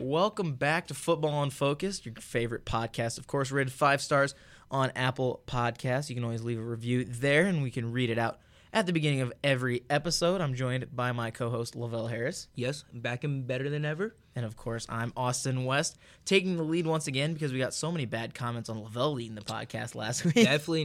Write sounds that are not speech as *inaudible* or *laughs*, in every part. Welcome back to Football Unfocused, your favorite podcast. Of course, rated five stars on Apple Podcasts. You can always leave a review there, and we can read it out at the beginning of every episode. I'm joined by my co-host Lavelle Harris, Yes, back and better than ever. and of course, I'm Austin West, taking the lead once again because we got so many bad comments on Lavelle leading the podcast last *laughs* week. Definitely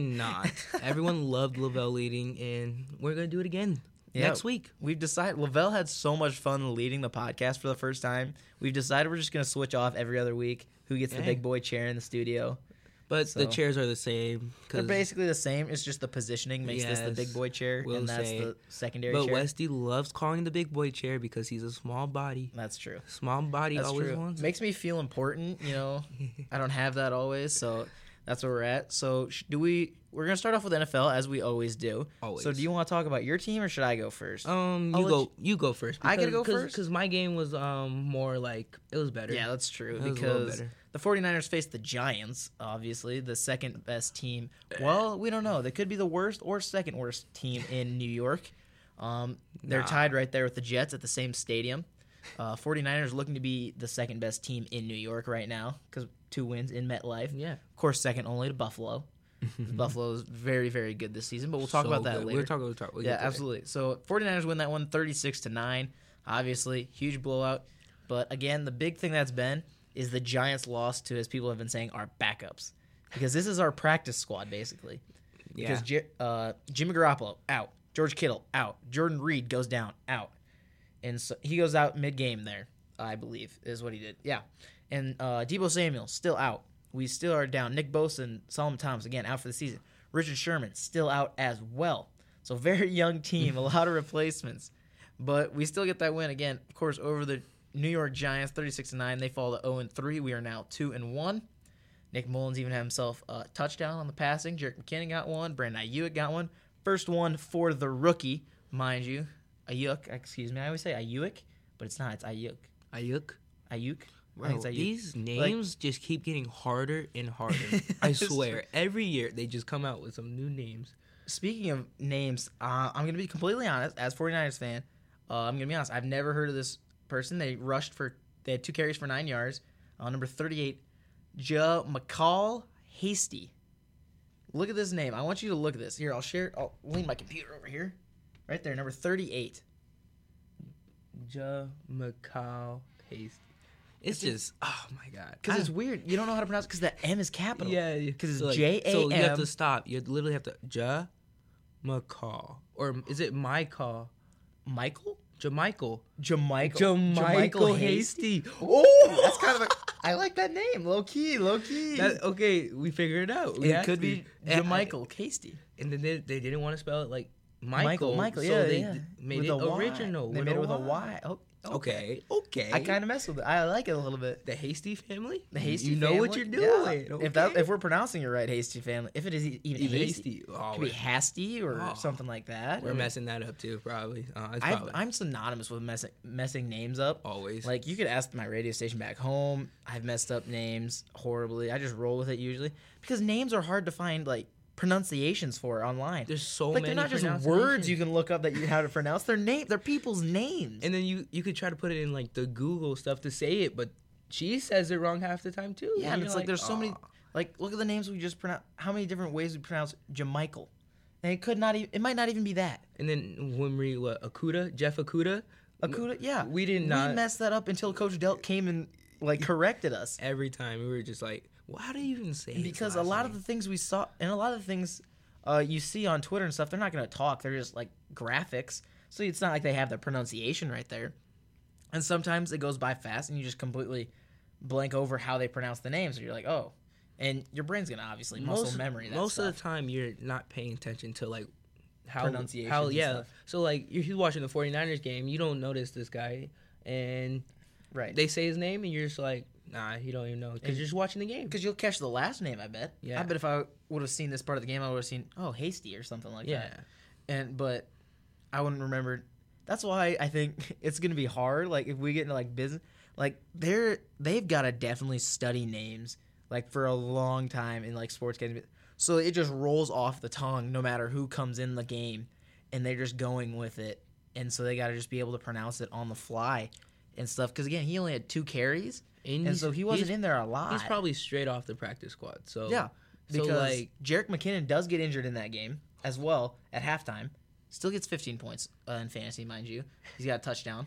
*laughs* not. Everyone loved Lavelle leading, and we're gonna do it again Yeah. next week. We've decided Lavelle had so much fun leading the podcast for the first time. We've decided we're just gonna switch off every other week. Who gets the Yeah. big boy chair in the studio? But the So- chairs are the same. They're 'cause- basically the same. It's just the positioning makes this the big Yes, boy chair, we'll and that's say. the secondary but chair. Westy loves calling the big boy chair because he's a small body. that's true. Small body That's always true. wants. Makes me feel important. You *laughs* know, I don't have that always, so that's where we're at. So sh- do we? We're gonna start off with NFL as we always do. So Always. do you want to talk about your team or should I go first? um, I'll you let go. You go first. I gotta because- go cause, first? because my game was um more like it was better. yeah, that's true That was a little because better. the 49ers faced the Giants, obviously the second best team. Well, we don't know. They could be the worst or second worst team *laughs* in New York. Um, they're Nah. tied right there with the Jets at the same stadium. Uh, 49ers looking to be the second best team in New York right now because two wins in MetLife. yeah. Of course, second only to *laughs* Buffalo. Buffalo is very, very good this season, but we'll talk So about that good. later. We're talking. We'll talk, we'll yeah, get to it. absolutely. So 49ers win that one 36 to 9. Obviously, huge blowout. But again, the big thing that's been is the Giants loss to, as people have been saying, our backups. Because this is our practice squad, basically. Because Yeah. Ji- uh, Jimmy Garoppolo out, George Kittle out, Jordan Reed goes down out, and so he goes out mid game there, I believe is what he did. Yeah, and uh, Debo Samuel still out. We still are down. Nick Bosa and Solomon Thomas again out for the season. Richard Sherman still out as well. So *laughs* very young team, a lot of replacements, but we still get that win again. Of course, over the New York Giants, thirty-six nine. They fall to zero and three. We are now two and one. Nick Mullins even had himself a touchdown on the passing. Jerick McKinnon got one. Brandon Ayuk got one. First one for the rookie, mind you. Ayuk, excuse me. I always say Ayuk, but it's not. It's Ayuk. Ayuk. Ayuk. I Bro, think it's Ayuk. these names just keep getting harder and harder. *laughs* I It's swear, every year they just come out with some new names. Speaking of names, uh, I'm going to be completely honest. As 49ers fan, uh, I'm going to be honest. I've never heard of this person. They rushed for, they had two carries for nine yards. Uh, number 38, Ja McCall Hasty. Look at this name. I want you to look at this. Here, I'll share, I'll lean my computer over here. Right there, number 38. Ja McCall Hasty. It's just, oh my god. Because I it's don't- weird. You don't know how to pronounce it because the M is capital. yeah, yeah. Because it's So, like, J So A you have M. to stop. You literally have to Ja McCall, or is it my call? Michael? Jamichael. Jamichael. Jamichael Hasty. *laughs* Oh! That's kind of *laughs* a. I like that name. Low key, low key. That, okay, we figured it out. We It had could to. be And eh, I- Michael Casey. and then they, they didn't want to spell it like Michael, Michael. Michael, so yeah, they yeah. d- made With it a Y. original. They made it with a Y. Oh, Okay, okay. I kind of mess with it. I like it a little bit. the Hasty family. The hasty. You know what you're family? doing. Yeah. If that, okay? if we're pronouncing it right, hasty family. If it is e- even, Even hasty, hasty. it Oh, could be we're, hasty or Oh. something like that. we're I mean, messing that up too, probably. Uh, it's I've, probably I'm synonymous with messing messing names up. always Like you could ask my radio station back home. I've messed up names horribly. I just roll with it usually because names are hard to find like pronunciations for online. there's so like they're many. not just words you pronunciations. can look up that you how to pronounce. They're name. They're people's names. And then you you could try to put it in like the Google stuff to say it, but she says it wrong half the time too. yeah, and you're it's like, there's so many. "Aw." Like look at the names we just pronounce. How many different ways we pronounce Jamichael? And it could not even. It might not even be that. And then when we what Akuda Jeff Akuda, Akuda. Yeah, we did We not- messed that up until Coach Delt came and like corrected us. every time we were just like, well, how do you even say? his because a last lot name? of the things we saw and a lot of the things uh, you see on Twitter and stuff, they're not going to talk. They're just like graphics, so it's not like they have the pronunciation right there. And sometimes it goes by fast, and you just completely blank over how they pronounce the names. And you're like, oh, and your brain's going to obviously muscle memory. That most stuff. of the time, you're not paying attention to like how Pronunciations How and yeah. stuff. So like you're, he's watching the 49ers game, you don't notice this guy, and right? they say his name, and you're just like, nah, you don't even know because you're just watching the game. Because you'll catch the last name, I bet. Yeah. I bet if I would have seen this part of the game, I would have seen oh Hasty or something like Yeah. that. And but I wouldn't remember. That's why I think *laughs* it's gonna be hard. Like if we get into like business, like they're they've got to definitely study names like for a long time in like sports games, so it just rolls off the tongue no matter who comes in the game, and they're just going with it, and so they got to just be able to pronounce it on the fly and stuff. Because again, he only had two carries. and, and he's- so he wasn't he's- in there a lot. He's probably straight off the practice squad. So yeah, so because like Jarek McKinnon does get injured in that game as well at halftime. Still gets 15 points uh, in fantasy, mind you. He's got a touchdown,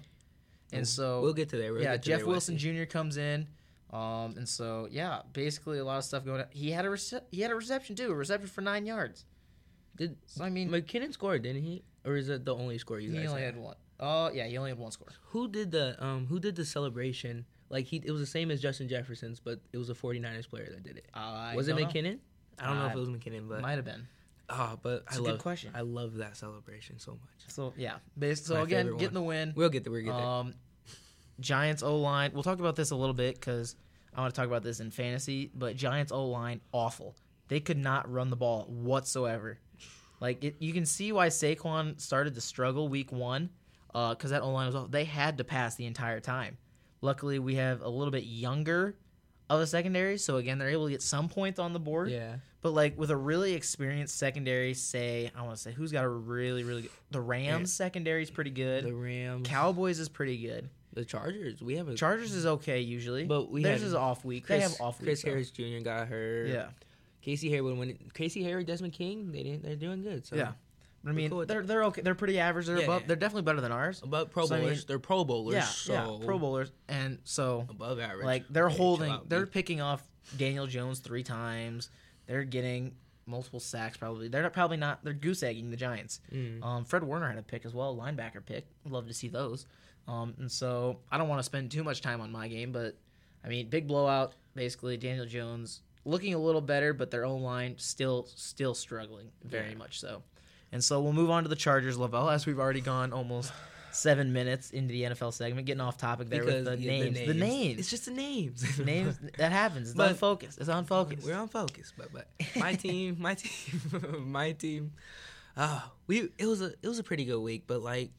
and so we'll get to there. We'll yeah, get to Jeff there, Wilson Wesley. Jr. comes in, um, and so yeah, basically a lot of stuff going. on. He had a rece- he had a reception too, a reception for nine yards. Did So I mean, McKinnon score? Didn't he? Or is that the only score you he guys only had? had one. Oh yeah, he only had one score. Who did the um who did the celebration? Like he it was the same as Justin Jefferson's, but it was a 49ers player that did it. I was it don't know. McKinnon? I don't know if I- it was McKinnon, but Might have been. ah, but I a love good question. I love that celebration so much. So yeah, bas- so My again, favorite getting one. the win. We'll get there. We'll get there. Um, Giants O line. We'll talk about this a little bit because I want to talk about this in fantasy. But Giants O line awful. They could not run the ball whatsoever. Like it, you can see why Saquon started to struggle week one because that O line was off. They had to pass the entire time. Luckily, we have a little bit younger of a secondary, so again they're able to get some points on the board. yeah. But like with a really experienced secondary, say I want to say who's got a really really good, the Rams secondary is pretty good. The Rams, Mm-hmm. Cowboys is pretty good. the Chargers. We have a Chargers is okay usually, But we theirs had is off week. Chris, they have off Chris weeks. though. Harris Jr. got hurt. Yeah, Casey Harry when Casey Harry, Desmond King, they didn't. They're doing good. So yeah. But I mean, cool with they're they're okay. They're pretty average. They're Yeah, above. yeah. They're definitely better than ours. Above Pro So, I mean- Bowlers, they're Pro Bowlers. yeah, so yeah. Pro Bowlers, and so above average. like they're Okay, chill holding. out, They're dude. picking off Daniel Jones three times. They're getting multiple sacks probably. They're not, probably not. They're goose egging the Giants. Mm. Um, Fred Warner had a pick as well, linebacker pick. Love to see those. Um, and so I don't want to spend too much time on my game, but I mean, big blowout. Basically, Daniel Jones looking a little better, but their own line still still struggling very Yeah. much so. And so we'll move on to the Chargers, Lavelle, as we've already gone almost seven minutes into the NFL segment, getting off topic there because with the, yeah, names. The names. It's just *laughs* the names. *laughs* names that happens. It's But- unfocused. It's unfocused. We're on focus, but but my team, *laughs* my team, my team. Uh, we it was a it was a pretty good week, but like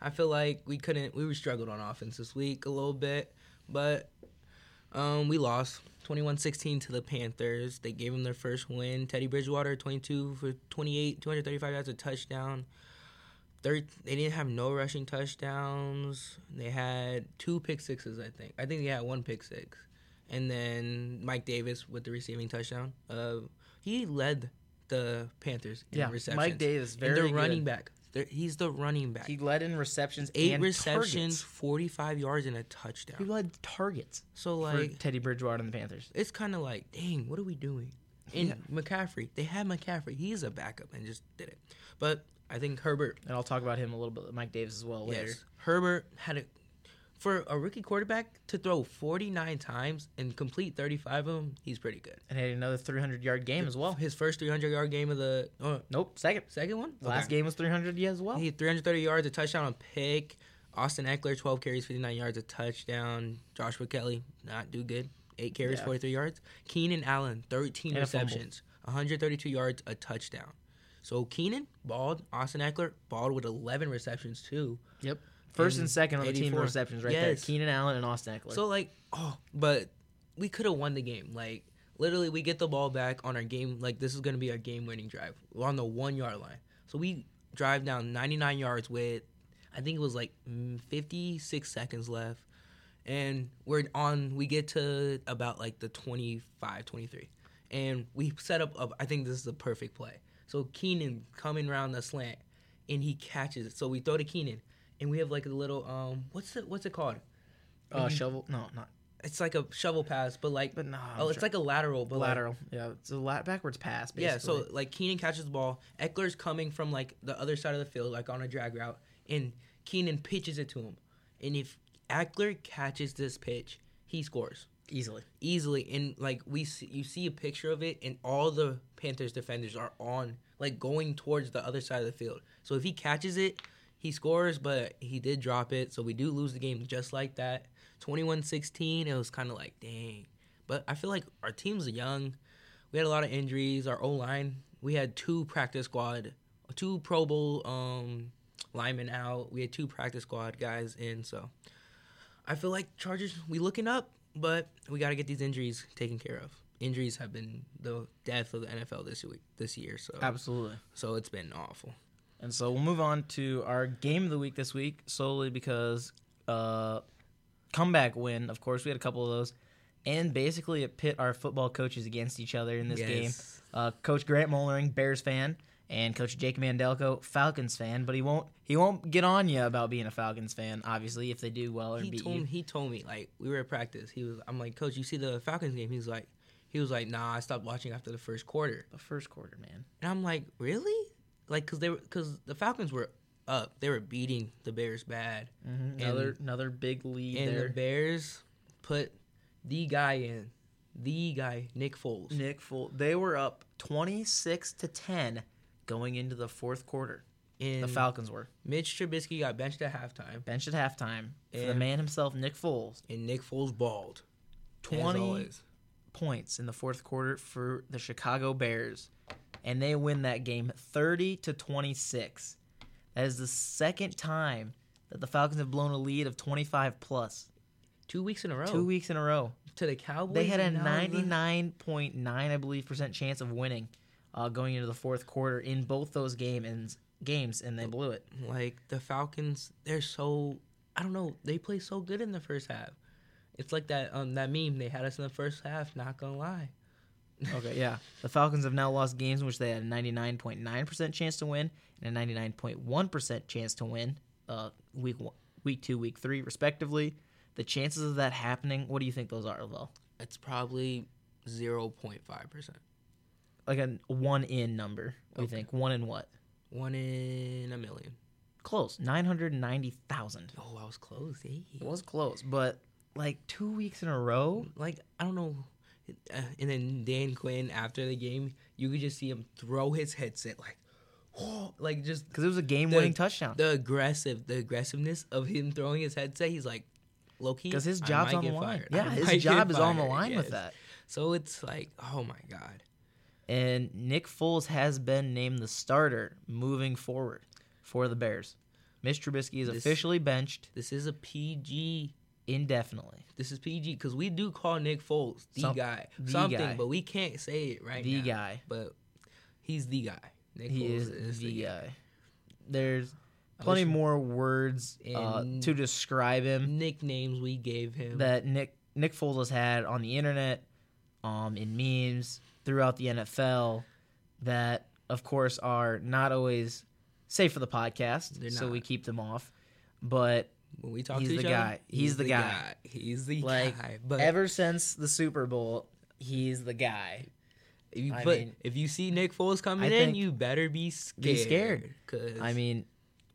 I feel like we couldn't we were struggled on offense this week a little bit, but um we lost 21-16 to the Panthers. They gave them their first win. Teddy Bridgewater 22 for 28, 235 yards a touchdown. Thir- they didn't have no rushing touchdowns. They had two pick sixes, I think. I think they had one pick six. And then Mike Davis with the receiving touchdown. Uh, he led the Panthers in yeah, receptions. Mike Davis, And very they're good. running back. They're, he's the running back. He led in receptions. Eight and targets. receptions, 45 yards, and a He touchdown. led targets So, for like, Teddy Bridgewater and the Panthers. it's kind of like, dang, what are we doing? And McCaffrey, they had McCaffrey. He's a backup and just did it. But I think Herbert, And I'll talk about him a little bit, Mike Davis as well later. yes, Herbert had a, for a rookie quarterback to throw 49 times and complete 35 of them, he's pretty good. And had another 300 yard game as well. His first 300 yard game of the uh, Nope, second. second one? Last Okay. game was 300 yeah, as well. He had 330 yards, a touchdown, a pick. Austin Eckler, 12 carries, 59 yards, a touchdown. Joshua Kelly, not do good. Eight carries, Yeah. 43 yards. Keenan Allen, 13 And a fumble. receptions, 132 yards, a touchdown. So Keenan balled. Austin Eckler balled with 11 receptions too. Yep. First and And second on the team in 84. receptions right Yes. there. Keenan Allen and Austin Eckler. So like, oh, but we could have won the game. Like literally, we get the ball back on our game. Like this is gonna be our game-winning drive We're on the one-yard line. So we drive down 99 yards with, I think it was like mm, 56 seconds left, and we're on. We get to about like the 25, 23, and we set up. A, I think this is the perfect play. So Keenan coming around the slant, and he catches it. So we throw to Keenan, and we have like a little um, what's it what's it called? uh, shovel. No, not. it's like a shovel pass, mm-hmm. but like But no. oh, it's like a lateral, but like- lateral. yeah, it's a la- backwards pass. Basically. yeah, so like Keenan catches the ball, Eckler's coming from like the other side of the field, like on a drag route, and Keenan pitches it to him, and if Eckler catches this pitch, he scores easily. easily, and like we see, you see a picture of it, and all the Panthers defenders are on like going towards the other side of the field. So if he catches it, he scores, but he did drop it, so we do lose the game just like that. 21-16, it was kind of like dang, but I feel like our team's young. We had a lot of injuries. Our O line, we had two practice squad, two Pro Bowl um, linemen out. We had two practice squad guys in, so. I feel like Chargers, we looking up, but we got to get these injuries taken care of. Injuries have been the death of the NFL this week, this year, so Absolutely. so it's been awful. And so we'll move on to our game of the week this week solely because uh, comeback win. Of course, we had a couple of those. and basically it pit our football coaches against each other in this game. Yes. Uh, Coach Grant Mullering, Bears fan, and Coach Jake Mandelko, Falcons fan. But he won't he won't get on you about being a Falcons fan. Obviously, if they do well or he beat told you. me, he told me like we were at practice. He was I'm like, coach, you see the Falcons game? He's like, he was like, nah, I stopped watching after the first quarter. the first quarter, man. And I'm like, really? Like, cause they were, cause the Falcons were up. They were beating the Bears bad. Mm-hmm. Another another big lead And Mm, there. the Bears put the guy in, the guy Nick Foles. Nick Full, they were up twenty six to ten going into the fourth quarter. And The Falcons were Mitch Trubisky got benched at halftime, benched at halftime for the And- man himself, Nick Foles. and Nick Foles balled. as 20 always. points in the fourth quarter for the Chicago Bears, and they win that game 30 to 26. That is the second time that the Falcons have blown a lead of 25 plus two weeks in a row. two weeks in a row. to the Cowboys. They had a and now the- 99.9, I believe, percent chance of winning uh, going into the fourth quarter in both those game and games, and they blew it. Like the Falcons, they're so I don't know. They play so good in the first half. It's like that um that meme they had us in the first half. Not gonna lie. Okay, yeah. The Falcons have now lost games in which they had a 99.9% chance to win and a 99.1% chance to win uh, week one, week two, week three, respectively. The chances of that happening, what do you think those are, Lavelle? It's probably zero point five percent. Like a one in number, we Okay. think. One in what? One in a million. Close. 990,000. Oh, I was close. It eh? was close, but like two weeks in a row? Like I don't know. Uh, and then Dan Quinn after the game, you could just see him throw his headset like, whoa, like just Because it was a game winning touchdown. the aggressive, the aggressive-ness of him throwing his headset. He's like, low key, Because his I job's might on the get line. fired. I Yeah, might get his job is on the fired," line with yes. that. So it's like, oh my god, And Nick Foles has been named the starter moving forward for the Bears. Mitch Trubisky is This- officially benched this is a PG. indefinitely. This is PG because we do call Nick Foles the Some- guy, the something, guy. but we can't say it right The now. guy. but he's the guy. Nick He Foles is, the guy. There's I plenty wish- more words uh, And- to describe him Nicknames we gave him. that Nick Nick Foles has had on the internet, um, in memes throughout the NFL, that of course are not always safe for the podcast, They're so not. we keep them off. But when we talk he's to each the other, guy. He's the guy. He's *laughs* the Like, guy. But ever since the Super Bowl, he's the guy. if you I put, mean- if you see Nick Foles coming I in, think- you better be scared. scared. 'cause- I mean,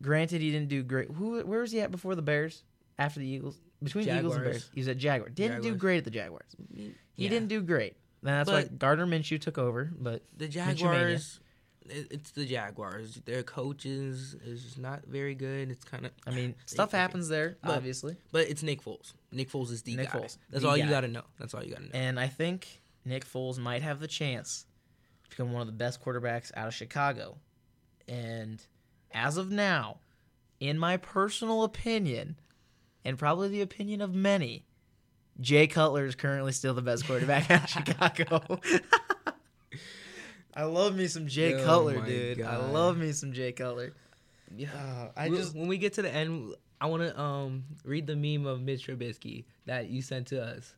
granted, he didn't do great. Who? Where was he at before the Bears? After the Eagles? Between the Eagles and Jaguars. Bears, he was at Jaguar. Didn't do Jaguars. great at the Jaguars. mean, He yeah. didn't do great. And that's why But- Gardner Minshew took over. But The Mitchumania. Jaguars, it- it's the Jaguars. Their coaches is just not very good. It's kind of, I *sighs* mean, stuff happens there, But- obviously. but it's Nick Foles. Nick Foles is the Nick guy. Foles, That's the all you guy. got to know. That's all you got to know. And I think Nick Foles might have the chance to become one of the best quarterbacks out of Chicago. And as of now, in my personal opinion, and probably the opinion of many, Jay Cutler is currently still the best quarterback *laughs* out of Chicago. *laughs* I love me some Jay Oh Cutler, my dude. I God. love me some Jay Cutler. yeah. Uh, I Wh- just when we get to the end, I want to um read the meme of Mitch Trubisky that you sent to us.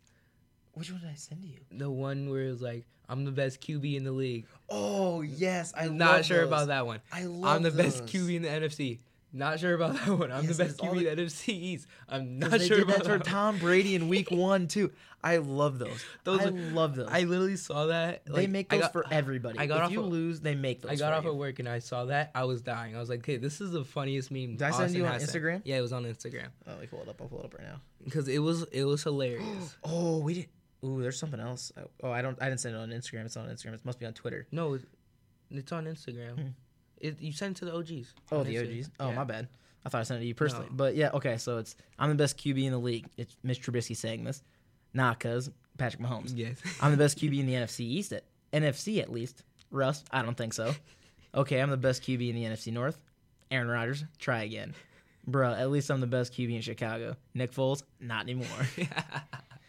which one did I send to you? The one where it was like, "I'm the best QB in the league." Oh yes, I Not sure about that one. I I'm love the best those. QB in the NFC. Not sure about that one. I'm Yes, the best it's all QB the- in the NFC East. I'm Because not they sure did about that for that. one. Tom Brady in *laughs* Week One too. I love those. Those I are- love those. I literally saw that. they like, make *laughs* I those got- *sighs* for everybody. I got if off you of- lose, they make those. I got for off you. of work and I saw that. I was dying. I was like, okay, this is the funniest meme. Did I send you on Instagram? Yeah, it was on Instagram Oh, let me pull it up. I'll pull it up right now. because it was it *gasps* was hilarious. Oh, we did. Ooh, there's something else. Oh, Oh, I don't. I didn't send it on Instagram. It's not on Instagram. It must be on Twitter. no, it- it's on Instagram. It, you sent it to the OGs. Hmm. Oh, on the Instagram. OGs. Oh, Yeah. my bad. I thought I sent it to you personally. No. But yeah, okay. So it's I'm the best QB in the league. It's Mitch Trubisky saying this. Nah, cuz Patrick Mahomes. Yes. I'm the best QB in the NFC East at NFC at least. Russ, I don't think so. Okay, I'm the best QB in the NFC North. Aaron Rodgers, try again. Bruh, at least I'm the best QB in Chicago. Nick Foles, not *laughs* anymore. *laughs*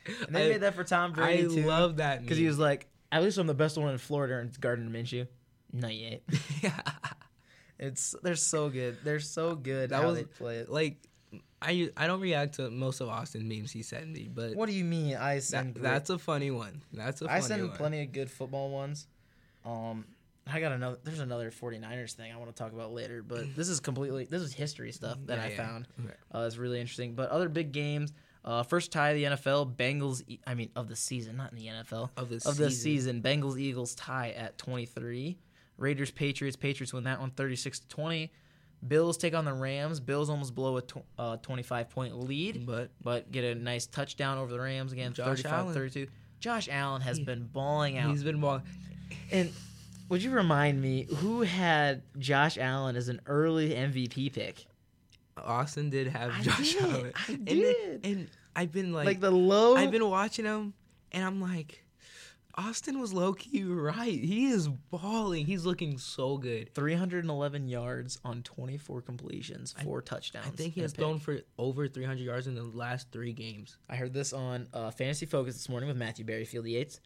And they I- made that for Tom I Brady too. love that Because he was like, at least I'm the best one in Florida and it's Gardner Minshew. No you ain't. *laughs* yeah. It's they're so good. They're so good. That how was they play it. like I I don't react to most of Austin memes he sent me, but What do you mean? I that- send. great- that's a funny one. That's a funny I send one. plenty of good football ones. Um, I got another. There's another 49ers thing I want to talk about later, but *clears throat* this is completely this is history stuff that Yeah, I yeah. found. Okay. Uh, that's really interesting. But other big games. Uh, first tie of the NFL. Bengals. E- I mean, of the season, not in the NFL. Of the of the season. season. Bengals Eagles tie at 23. Raiders Patriots. Patriots win that one 36 to 20. Bills take on the Rams. Bills almost blow a tw- uh, 25 point lead But but get a nice touchdown over the Rams again, Josh 35 Allen. 32. Josh Allen has been balling out. he's been ball. and would you remind me who had Josh Allen as an early MVP pick? Austin did have I Josh did, Allen. I And- did. And, I've been like, Like, the low. I've been watching him, and I'm like, Austin was low key right. He is balling. He's looking so good. 311 yards on 24 completions, four touchdowns. I think he and a has pick. thrown for over 300 yards in the last three games. I heard this on uh, Fantasy Focus this morning with Matthew Berryfield Yates.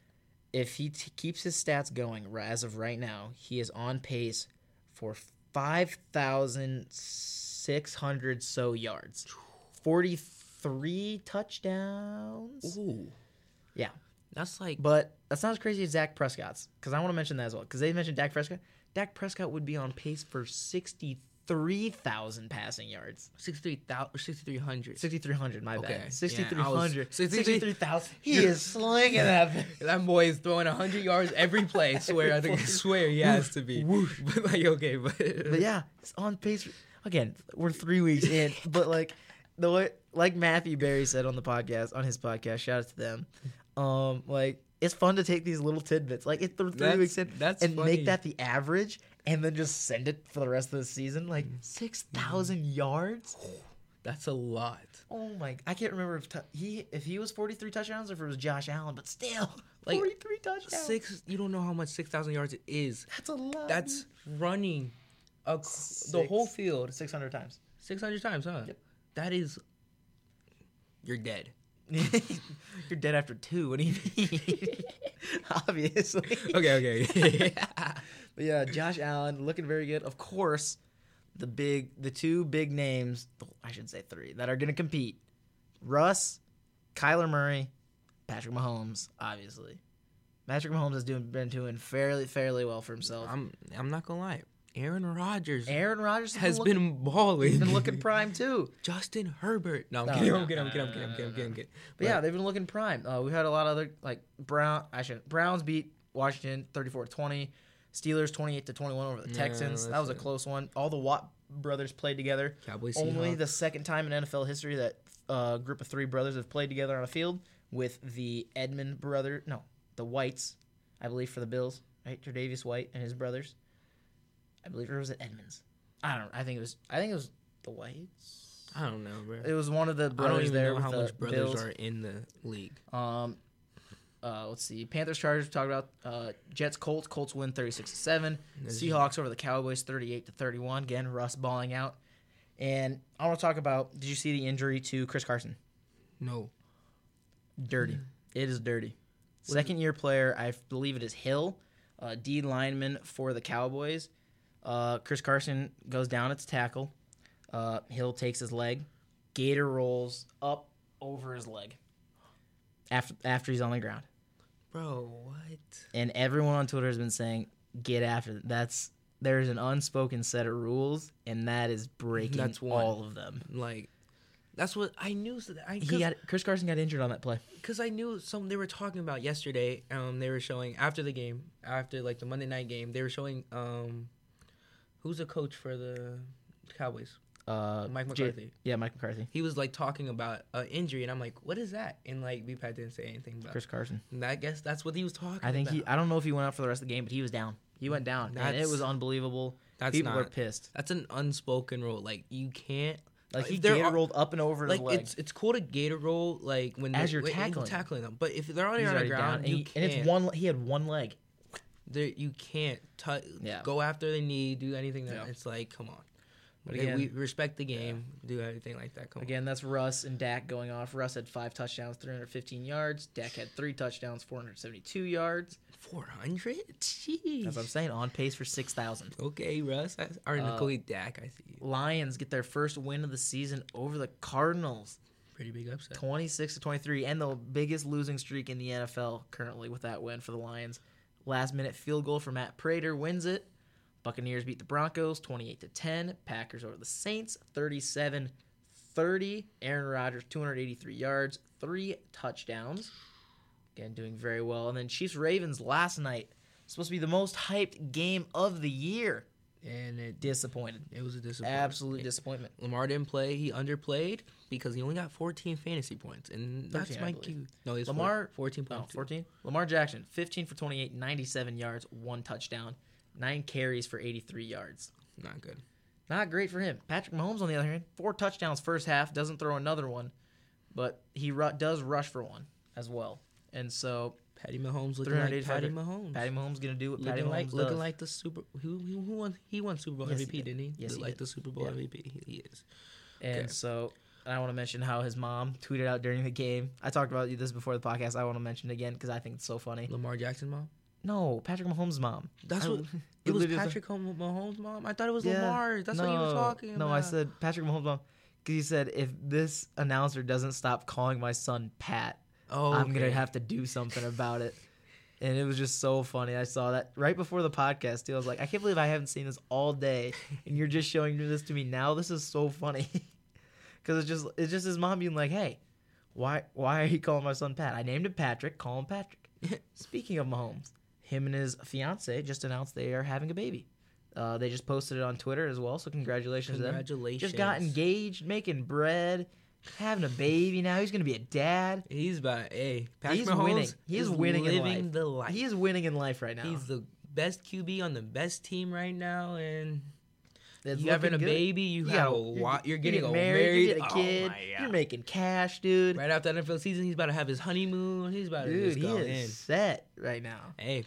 If he t- keeps his stats going r- as of right now, he is on pace for 5,600 so yards, 43 touchdowns. Ooh, Yeah. that's like But that's not as crazy as Dak Prescott's because I want to mention that as well because they mentioned Dak Prescott. Dak Prescott would be on pace for 63,000 passing yards. 63,000 or 6,300. 6,300, my Okay, yeah, I bad. was- 6,300. 63 63,000. He is slinging *laughs* that. thing. That boy is throwing 100 yards every play. I swear, I think *laughs* I swear he has to be. *laughs* But like, okay, but, But yeah, it's on pace. for- Again, we're three weeks *laughs* in, but like the way, like Matthew Barry said on the podcast, on his podcast, shout out to them. Um, like it's fun to take these little tidbits, like it three That's- weeks in, that's and funny. make that the average, and then just send it for the rest of the season, like Mm-hmm. six thousand yards. *laughs* that's a lot. Oh my! I can't remember if tou- he if he was forty three touchdowns or if it was Josh Allen, but still, *laughs* Like, forty three touchdowns. Six, you don't know how much 6,000 yards it is. That's a lot. That's running ac- the whole field six hundred times. 600 times, huh? That is, you're dead. *laughs* You're dead after two. What do you mean? *laughs* Obviously. Okay, *laughs* okay. *laughs* But yeah, Josh Allen looking very good. Of course, the big, the two big names, I should say three, that are going to compete: Russ, Kyler Murray, Patrick Mahomes. Obviously, Patrick Mahomes has doing been doing fairly fairly well for himself. I'm, I'm not gonna lie. Aaron Rodgers Aaron Rodgers has been, been balling. looking, been looking *laughs* *laughs* prime too. Justin Herbert. No, I'm No, kidding. no, I'm kidding. I'm no, kidding. no, I'm kidding. I'm no, kidding. I'm no, kidding. I'm kidding. But yeah, they've been looking prime. Uh, we've had a lot of other like Brown. I should Browns beat Washington 34-20. Steelers 28 to 21 over the Texans. That that's was a it. close one. All the Watt brothers played together. Cowboys, Only Seahawks. the second time in NFL history that a group of three brothers have played together on a field with the Edmund brother, no, the Whites, I believe for the Bills, right? Tre'Davious White and his brothers. I believe it was at Edmonds. I don't. I think it was. I think it was the Whites. I don't know, bro. It was one of the I brothers don't even there know with how the much brothers Bills. are in the league. Um, uh, let's see. Panthers, Chargers. We talked about uh, Jets, Colts. Colts win thirty six to seven. Seahawks over the Cowboys, thirty eight to thirty one. Again, Russ balling out. And I want to talk about. Did you see the injury to Chris Carson? No. Dirty. It is dirty. Second year player, I believe it is Hill, uh, D lineman for the Cowboys. Uh, Chris Carson goes down at the tackle. Uh, Hill takes his leg. Gator rolls up over his leg after after he's on the ground. Bro, what? and everyone on Twitter has been saying, "Get after them." That's there's an unspoken set of rules, and that is breaking That's one. all of them. Like, that's what I knew. so that- I, He got Chris Carson got injured on that play. because I knew some they were talking about yesterday. Um, they were showing after the game, after like the Monday night game, they were showing um, who's the coach for the Cowboys? Uh, Mike J- McCarthy. yeah, Mike McCarthy. He was like talking about an injury, and I'm like, what is that? And like, B-Pat didn't say anything about. Chris Carson. And I guess that's what he was talking. I think about. he. I don't know if he went out for the rest of the game, but he was down. He went down, and it That's- was unbelievable. that's People are not- pissed. That's an unspoken rule. Like you can't. Like he if there gator are- rolled up and over Like his leg. it's it's cool to gator roll. Like when As they're- you're when tackling. tackling them. But if they're already He's on the already down, ground, and, you he- and can't. it's one. He had one leg. there- you can't tou- Yeah. go after the knee, do anything. That, Yeah. It's like come on. But Hey, again, we respect the game, do everything like that. Come again, that's Russ and Dak going off. Russ had five touchdowns, 315 yards. Dak had three touchdowns, 472 yards. on, four hundred. Jeez. As I'm saying, on pace for 6,000. Okay, Russ. I, or Uh, Nicole Dak. I see you. Lions get their first win of the season over the Cardinals, Pretty big upset. 26 to 23, and the biggest losing streak in the NFL currently with that win for the Lions. Last minute field goal for Matt Prater wins it. Buccaneers beat the Broncos 28 to 10. Packers over the Saints 37 30. Aaron Rodgers 283 yards, three touchdowns. Again, doing very well. And then Chiefs Ravens last night supposed to be the most hyped game of the year. And it Disappointed. it was a disappointment. Absolute disappointment. Lamar didn't play. He underplayed because he only got 14 fantasy points, and that's 13, I my believe. cue. No, he's Lamar- 14 No, points. 14. Lamar Jackson, 15 for 28, 97 yards, one touchdown, nine carries for 83 yards. Not good. Not great for him. Patrick Mahomes, on the other hand, four touchdowns first half, doesn't throw another one, but he ru- does rush for one as well. And so, Patty Mahomes looking like 385 Patty Mahomes. Patty Mahomes going to do what Patty looking Mahomes like does. looking like the Super. Who, who who won? He won Super Bowl Yes, he MVP, did. didn't he? Yes, he like did. the Super Bowl Yeah. MVP. He is. And Okay. so I want to mention how his mom tweeted out during the game. I talked about this before the podcast. I want to mention it again because I think it's so funny. Lamar Jackson mom. No, Patrick Mahomes' mom. That's I- what *laughs* it was. literally- Patrick Hom- Mahomes mom. I thought it was Yeah. Lamar's. That's what you were talking about. No, I said Patrick Mahomes' mom. Because he said, if this announcer doesn't stop calling my son Pat, Oh, I'm going okay. to have to do something about it. And it was just so funny. I saw that right before the podcast, too. I was like, I can't believe I haven't seen this all day. And you're just showing this to me now. This is so funny. *laughs* Because it's just, it's just his mom being like, hey, why, why are you calling my son Pat? I named him Patrick. Call him Patrick. *laughs* Speaking of Mahomes, him and his fiance just announced they are having a baby. Uh, they just posted it on Twitter as well, so congratulations, to them. Congratulations. Just got engaged, making bread, having a baby now. He's gonna be a dad. He's about hey. Patrick He's Mahomes winning. He is, winning in living life. the life. Uh, He is winning in life right now. He's the best QB on the best team right now, and It's you having a looking good. baby, you, You have got- a lot. You're you getting get a you married, get a kid. Oh my you're God. making cash, dude. right after NFL season, he's about to have his honeymoon. He's about to dude, just he go is set right now. in. Hey,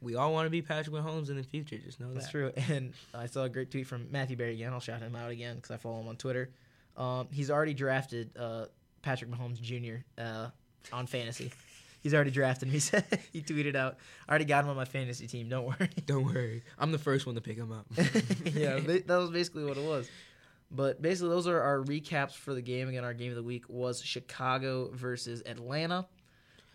we all want to be Patrick Mahomes in the future. Just know That's that. true. *laughs* And I saw a great tweet from Matthew Barry again. I'll shout him out again because I follow him on Twitter. Um, he's already drafted uh, Patrick Mahomes Jr. Uh, on fantasy. he's already drafted him. *laughs* He said he tweeted out, "I already got him on my fantasy team. Don't worry." Don't worry, I'm the first one to pick him up. *laughs* *laughs* yeah, ba- that was basically what it was. But basically, those are our recaps for the game. Again, our game of the week was Chicago versus Atlanta.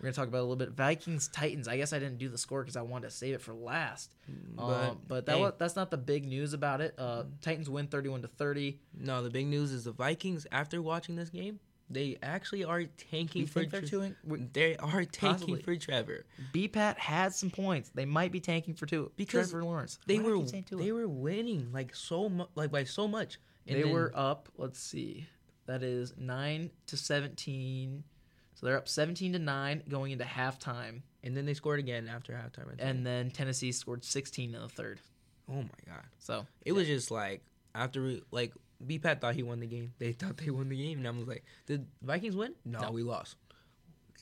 We're gonna talk about a little bit Vikings Titans. I guess I didn't do the score because I wanted to save it for last. But, um, Mm, but, but that hey. Mm. wa- that's not the big news about it. Uh, Titans win thirty-one to thirty. no, the big news is the Vikings. After watching this game, they actually are tanking You for. think they're Tre- two and- w- They are tanking Possibly. for Trevor. BPAT had some points. They might be tanking for two Because Trevor Lawrence. They Why do I were keep saying Tua? they were winning like so much, like by so much. And they then- were up. Let's see, that is nine to seventeen. So they're up seventeen to nine going into halftime. and then they scored again after halftime. I think. and then Tennessee scored 16 in the third. oh my god. So It was just like after we, like B Pat thought he won the game. They thought they won the game, and I was like, "Did Vikings win? No, we lost.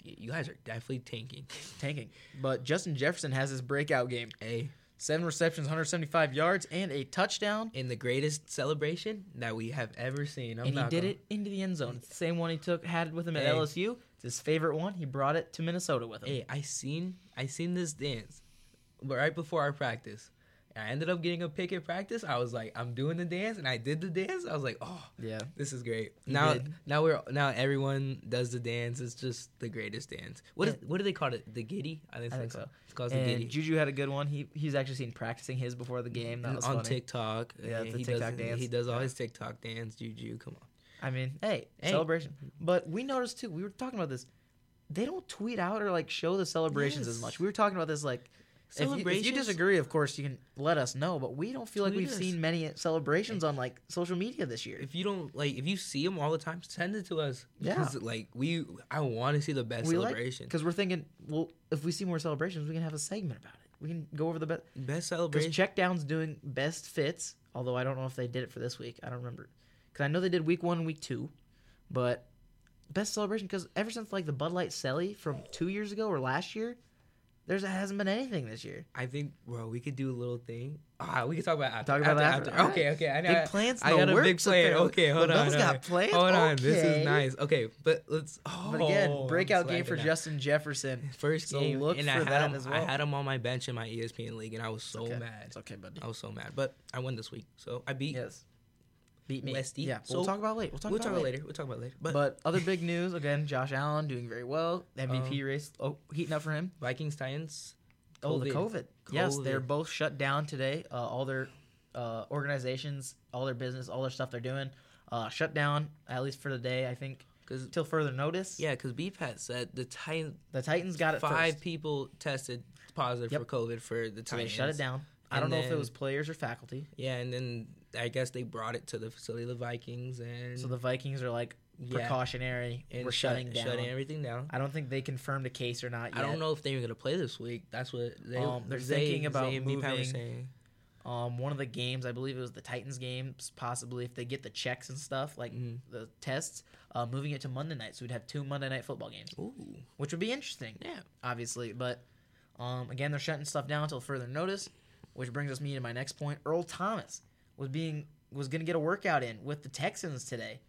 Y- You guys are definitely tanking." *laughs* tanking. But Justin Jefferson has his breakout game: Hey, seven receptions, 175 yards, and a touchdown. in the greatest celebration that we have ever seen, I'm And he not did gonna- it into the end zone. It's the same one he took had with him at Hey. LSU. It's his favorite one. He brought it to Minnesota with him. Hey, I seen I seen this dance, but right before our practice, and I ended up getting a pick at practice. I was like, "I'm doing the dance," and I did the dance. I was like, "Oh, Yeah. This is great. Now, did. now we're now everyone does the dance. It's just the greatest dance. What is what do they call it? The giddy? I think, I it's think called- so. It's called the And giddy. Juju had a good one. He he's actually seen practicing his before the game. That on was funny. TikTok, Yeah, and the he TikTok does, dance. He does all his TikTok dance. Juju, come on. I mean, hey, Hey. celebration. But we noticed too. We were talking about this. They don't tweet out or like show the celebrations as Yes. much. We were talking about this like. If you, if you Celebrations? disagree, of course, you can let us know. But we don't feel like Tweet we've us. seen many celebrations on like social media this year. If you don't like, if you see them all the time, send it to us. Yeah. Because, like we, I want to see the best We celebration. because we're thinking, well, if we see more celebrations, we can have a segment about it. We can go over the best. best Because celebration. Checkdown's doing best fits, although I don't know if they did it for this week. I don't remember. Because I know they did week one, week two, but best celebration. Because ever since like the Bud Light Selly from two years ago or last year, there's hasn't been anything this year. I think, bro, we could do a little thing Ah, we can talk about after. Talk about after, that after. Okay, okay. I know. Big plans. I in the got a big works up plan. there. Okay, hold on. Those hold got on. plans. Hold on. This Okay. is nice. Okay, but let's. Oh, But again, I'm breakout game for slacking out. Justin Jefferson. First So game, look and for I had that him. as I well. had him on my bench in my E ESPN league, and I was *laughs* so Okay. mad. It's okay, buddy. *laughs* I was so mad, but I won this week, so I beat. Yes. Beat me. Westy. Yeah. So- we'll talk about it later. We'll talk we'll about talk it about later. later. We'll talk about it later. But, But other big news again, Josh Allen doing very *laughs* well. MVP Um, race oh, heating up for him. Vikings Titans. Oh, the COVID. Yes, they're COVID. both shut down today. Uh, all their uh, organizations, all their business, all their stuff they're doing, uh, shut down at least for the day. I think Because till further notice. yeah, because Beef had said the Titans the Titans got it five first, people tested positive Yep. for COVID for the Titans. so they shut it down. I And don't know if it then- was players or faculty. Yeah, and then I guess they brought it to the facility, the Vikings, and So the Vikings are like Mm. Yeah. precautionary. and We're shut- shutting down. shutting everything down. I don't think they confirmed a case or not yet. I don't know if they're even gonna play this week. That's what they, Um, they're Zay- thinking about Zay and Beef had were moving- saying. Um, one of the games, I believe it was the Titans games, possibly if they get the checks and stuff like Mhm. the tests, uh, moving it to Monday night. So we'd have two Monday night football games, Ooh, which would be interesting, yeah. obviously. But um, again, they're shutting stuff down until further notice, which brings us me to my next point. Earl Thomas was being was going to get a workout in with the Texans today,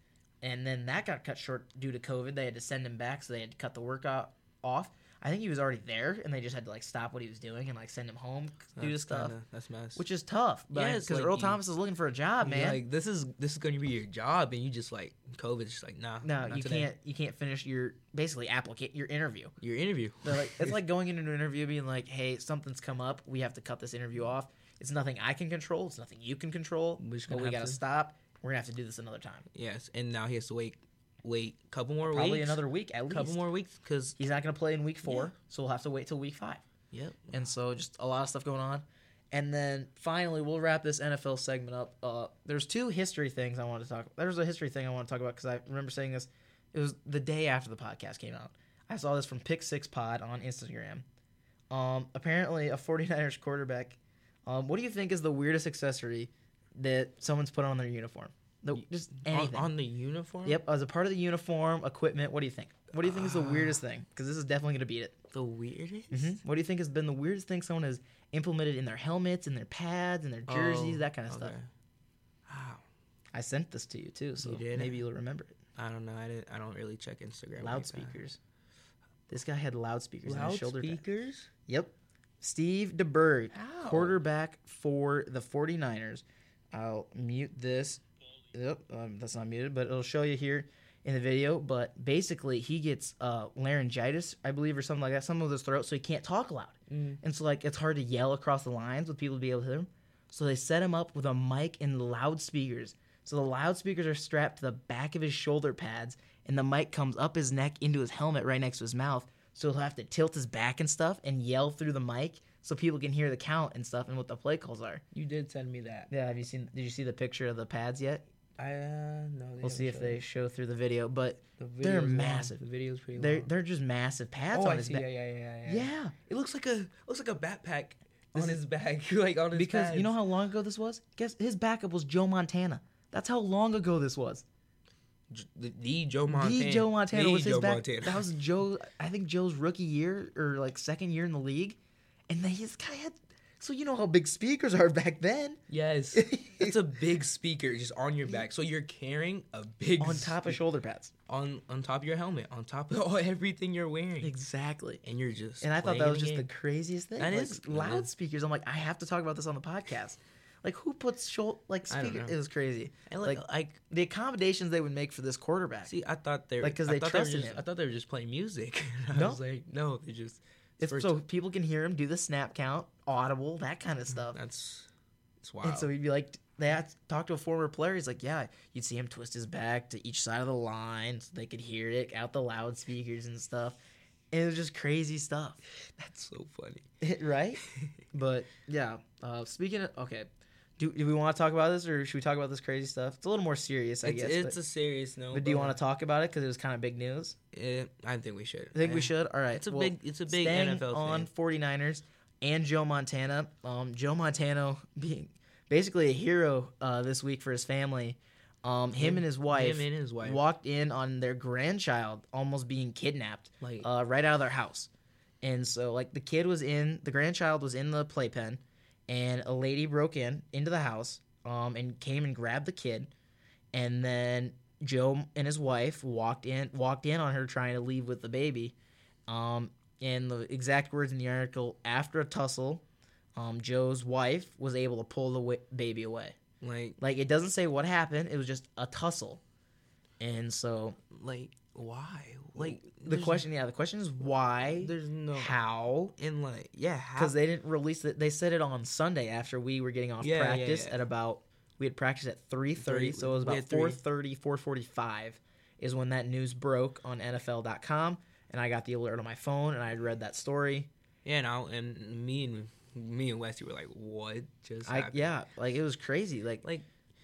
and then that got cut short due to COVID. They had to send him back, so they had to cut the workout off. I think he was already there, and they just had to like stop what he was doing and like send him home due to That's stuff kinda- that's messed. which is tough. But Yeah, it's because like Earl you- Thomas is looking for a job, You're man. Like this is this is gonna be your job, and you just like COVID, just like nah. no, not you today. can't. You can't finish your basically applicant your interview. Your interview. They're like *laughs* it's like going into an interview being like, "Hey, something's come up. We have to cut this interview off. It's nothing I can control. It's nothing you can control. We're just but gonna we have gotta to." stop. We're gonna have to do this another time. yes, and now he has to wait, wait, couple more Probably weeks, another week at least. couple more weeks, because He's not gonna play in week four, so we'll have to wait till week five. yep, And so just a lot of stuff going on. And then finally, we'll wrap this NFL segment up. Uh, there's two history things I want to talk. There's a history thing I want to talk about because I remember saying this. It was the day after the podcast came out. I saw this from Pick Six Pod on Instagram. Um, apparently, a 49ers quarterback. Um, what do you think is the weirdest accessory that someone's put on their uniform? The, just on, anything. on the uniform. yep, as a part of the uniform equipment. What do you think? What do you think is the Uh, weirdest thing? Because this is definitely going to beat it. the weirdest. What do you think has been the weirdest thing someone has implemented in their helmets and their pads and their jerseys, Oh, that kind of stuff? okay. Wow, I sent this to you too, so did? maybe you'll remember it. I don't know. I didn't. I don't really check Instagram. like that. Loudspeakers. This guy had loudspeakers on his shoulder. pad. Loudspeakers. Yep. Steve DeBerg, Ow. quarterback for the 49ers. I'll mute this. Yep, um, that's not muted, but it'll show you here in the video. But basically, he gets uh, laryngitis, I believe, or something like that, something with his throat, so he can't talk loud. And so, like, it's hard to yell across the lines with people to be able to hear him. So they set him up with a mic and loudspeakers. So the loudspeakers are strapped to the back of his shoulder pads, and the mic comes up his neck into his helmet right next to his mouth. So he'll have to tilt his back and stuff and yell through the mic so people can hear the count and stuff and what the play calls are. You did send me that. Yeah, have you seen? Did you see the picture of the pads yet? I uh, no. We'll see if they show through the video, but The they're video's long. massive. The video's pretty they're long. they're just massive pads Oh, on I his see. back. Yeah, yeah, yeah, yeah. yeah, It looks like a looks like a backpack on his back, *laughs* like on his because you pads. know how long ago this was? Guess his backup was Joe Montana. That's how long ago this was. J- the, the Joe Montana. The Joe Montana The was his Joe back. Montana. That was Joe. I think Joe's rookie year or like second year in the league, and then this guy had. So you know how big speakers are back then. *laughs* *laughs* yes. it's a big speaker just on your back, so you're carrying a big On top of shoulder pads. on on top of your helmet, on top of *laughs* all, everything you're wearing, Exactly. and you're just. And I thought that playing was just the game. craziest thing. That like, is- that is- loudspeakers. I'm like, I have to talk about this on the podcast. Like, who puts shoulder like I don't speaker? know. It was crazy. And like, like, like the accommodations they would make for this quarterback. see, I thought they were Like, 'cause I they thought were trusted just- him. I thought they were just playing music. *laughs* I No. was like, no, they just. it's for- so people can hear him do the snap count, audible, that kind of stuff. that's it's wild. And so he'd be like, they asked, talked to a former player. He's like, yeah, you'd see him twist his back to each side of the line so they could hear it out the loudspeakers and stuff. And it was just crazy stuff, that's so funny. *laughs* right? but yeah, uh, speaking of, okay, do, do we want to talk about this or should we talk about this crazy stuff? It's a little more serious, I it's guess. it's but, a serious no. but do you want to talk about it because it was kind of big news? to? I think we should. I think we Eh. should. All right. It's a well, big. It's a big staying NFL on thing. 49ers and Joe Montana. Um, Joe Montana being basically a hero uh, this week for his family. Um, him, and his wife, Him and his wife. walked in on their grandchild almost being kidnapped Like- uh, right out of their house. And so, like, the kid was in, the grandchild was in the playpen, and a lady broke in into the house um, and came and grabbed the kid, and then Joe and his wife walked in walked in on her trying to leave with the baby, um, and the exact words in the article: after a tussle, um, Joe's wife was able to pull the wa- baby away. Like, Like it doesn't say what happened; it was just a tussle, and so like why? Like the there's- question, yeah, the question is why, There's no how, and like yeah, how? because they didn't release it. They said it on Sunday after we were getting off Yeah, yeah, practice yeah. at about we had practice at 3:30, so it was We about had three. 4:30, 4:45 is when that news broke on NFL.com, and I got the alert on my phone and I had read that story. yeah, and, I, and me and me and Westy were like, what just? I happened? yeah, like it was crazy. Like Like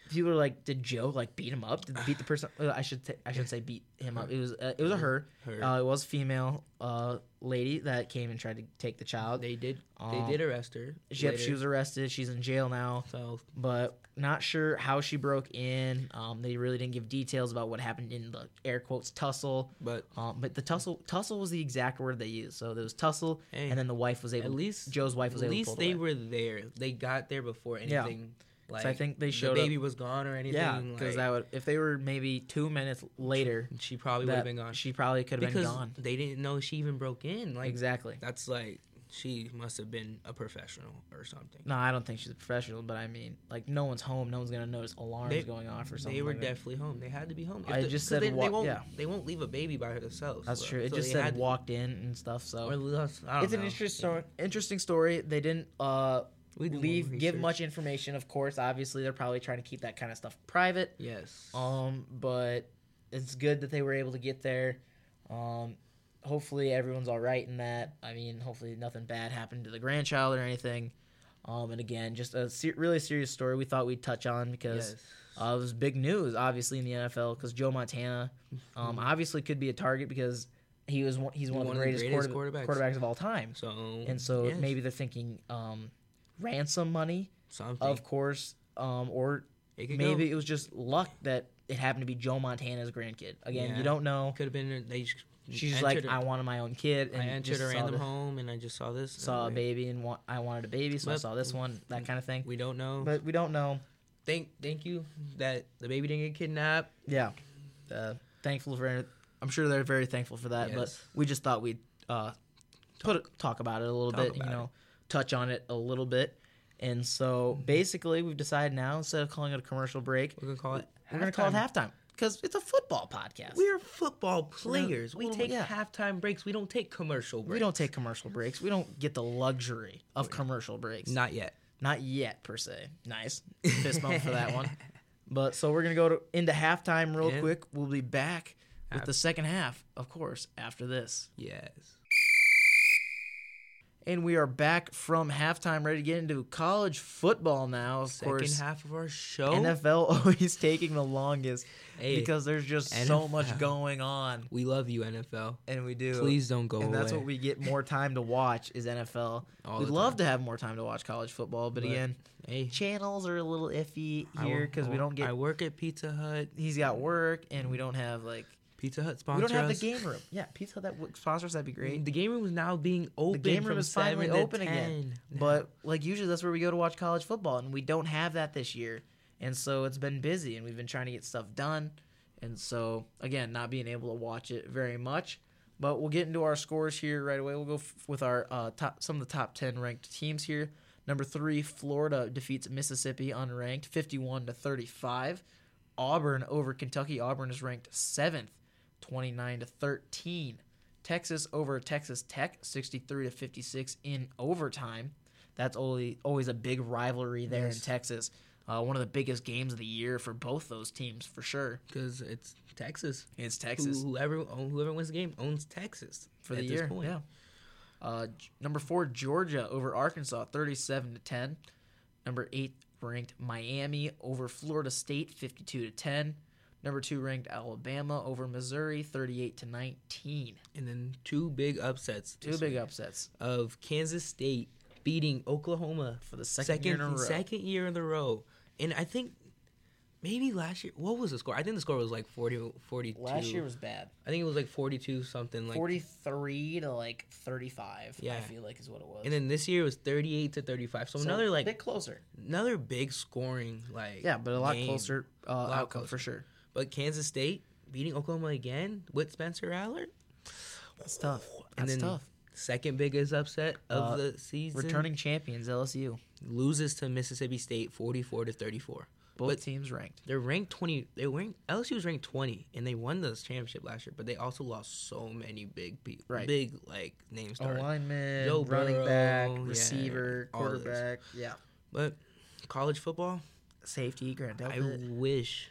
people are like, did Joe like beat him up? Did they beat the person? uh, I should t- I should say beat him up. It was uh, it was a her. Her. Uh, it was female uh, lady that came and tried to take the child. they did. Um, they did arrest her. Yep, later, she was arrested. She's in jail now. So but not sure how she broke in. Um, they really didn't give details about what happened in the air quotes tussle. but Um, but the tussle tussle was the exact word they used. So there was tussle, Hey, and then the wife was able. at least Joe's wife was at able. least to pull they it away. were there. They got there before Yeah. anything. Like I think they the showed baby was gone or anything. Yeah, because like, that would if they were maybe two minutes later, she probably would that have been gone. she probably could have been because gone. they didn't know she even broke in. Like Exactly. that's like she must have been a professional or something. No, I don't think she's a professional, but I mean, like no one's home, no one's gonna notice alarms They- going off or something. They were like that. definitely home. They had to be home. If I the- just 'cause said they, wa- they won't. yeah. They won't leave a baby by herself. That's so- true. It so just they said had to- walked in and stuff. So Or left. I don't it's an know. interesting story. Interesting story. They didn't uh, We do more leave give research. much information. Of course, obviously they're probably trying to keep that kind of stuff private. Yes. Um, but it's good that they were able to get there. Um, hopefully everyone's all right in that. I mean, hopefully nothing bad happened to the grandchild or anything. Um, and again, just a ser- really serious story we thought we'd touch on because yes. uh, it was big news, obviously in the NFL, because Joe Montana, *laughs* um, obviously could be a target because he was one, he's one, of the greatest, quarter- greatest quarterbacks. quarterbacks. of all time, So and so yes, maybe they're thinking um, ransom money, something. of course, um, or It could maybe go. it was just luck that it happened to be Joe Montana's grandkid. Again, Yeah. you don't know. could have been they. just She's entered like, a- I wanted my own kid, and I entered just a saw random the- home and I just saw this. and saw a we- baby, and wa- I wanted a baby, so I But- saw this one, that kind of thing. We don't know. But we don't know. thank thank you that the baby didn't get kidnapped. Yeah. Uh, thankful for. I'm sure they're very thankful for that. But Yes. we just thought we'd uh, put a, talk about it a little Talk bit. You about know, touch on it a little bit. And so basically, we've decided now instead of calling it a commercial break, We're gonna call it. we're going to call it halftime because it's a football podcast. We are football players. We Well, take yeah. halftime breaks. We don't take commercial breaks. We don't take commercial breaks. We don't get the luxury of commercial breaks. Not yet. Not yet, per se. *laughs* Nice. Fist bump for that one. But so we're going to go to, into halftime real Yeah. quick. We'll be back with the second half, of course, after this. Yes. And we are back from halftime, ready to get into college football now. Of Second course, *laughs* half of our show. NFL *laughs* always taking the longest Hey, because there's just so much NFL. going on. we love you, NFL. And we do. Please don't go and away. that's what we get more time to watch is NFL. All We'd the love to have more time to watch college football, but, *laughs* again, Hey, channels are a little iffy I here wo- because I we wo- don't get. I work at Pizza Hut. he's got work, and we don't have like Pizza Hut we sponsors. don't have the game room. Yeah, Pizza Hut that would sponsor us. That'd be great. The game room is now being open. The game room from is finally 7 to open again, 10. but like usually that's where we go to watch college football, and we don't have that this year, and so it's been busy, and we've been trying to get stuff done, and so again, not being able to watch it very much. But we'll get into our scores here right away. We'll go f- with our uh, top some of the top ten ranked teams here. Number three, Florida defeats Mississippi unranked, fifty-one to thirty-five. Auburn over Kentucky. Auburn is ranked seventh, twenty-nine to thirteen. Texas over Texas Tech, 63 to 56 in overtime. That's only always a big rivalry there in Texas. Uh, one of the biggest games of the year for both those teams, for sure. because it's Texas. It's Who- Texas Whoever whoever wins the game owns Texas for the at this year. point. Yeah. Uh, G- number four, Georgia over Arkansas, 37 to 10. Number eight ranked Miami over Florida State, 52 to 10. Number two ranked Alabama over Missouri, 38 to 19. And then two big upsets. Two big upsets of Kansas State beating Oklahoma for the second, year in a row. second year in a row. And I think Maybe last year. What was the score? I think the score was like 40, 42. Last year was bad. I think it was like 42 something. Like, 43 to like 35, I Yeah. feel like is what it was. And then this year was 38 to 35. So, So, another a like bit closer. another big scoring like Yeah, but a lot game. closer uh, lot outcome for closer. sure. But Kansas State beating Oklahoma again with Spencer Allard. That's tough. And That's then tough. Second biggest upset of Uh, the season. Returning champions LSU. loses to Mississippi State 44 to 34. Both But- teams ranked. They're ranked 20. They were ranked, LSU was ranked 20, and they won this championship last year. But they also lost so many big people, Right. big like name stars. Alignment, Joe running Burrow, back, yeah, receiver, all this. quarterback. Yeah. But college football, Safety, Grant I wish,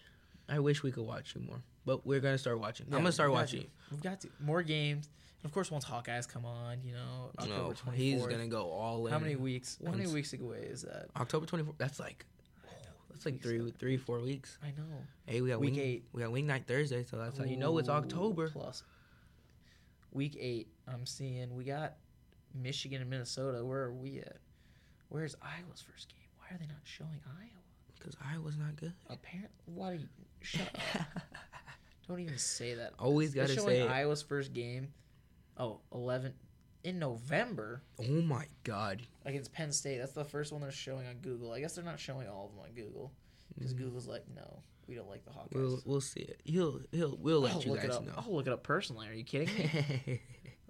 I wish we could watch you more. But we're gonna start watching. Yeah, I'm gonna start we got watching. to. We've got to. More games. And of course, once Hawkeyes come on, you know, You October know, 24th. he's gonna go all in. How many weeks? How many Once- weeks away is that? October 24th. That's like, that's like three, three, four weeks. I know. Hey, we got Week wing, eight. We got wing night Thursday, so that's how you know it's Ooh, October. Plus, week eight. I'm seeing we got Michigan and Minnesota. Where are we at? Where's Iowa's first game? Why are they not showing Iowa? Because Iowa's not good. Apparently, why do you shut up? *laughs* Don't even say that. Always They're gotta showing say. it. Iowa's first game. Oh, 11 in November oh my God. against Penn State. That's the first one they're showing on Google. I guess they're not showing all of them on Google because Google's like, no, we don't like the Hawkeyes. Mm. We'll we'll see it. He'll he'll we'll let I'll you look it guys up. I'll look it up personally. Are you kidding *laughs* me? know.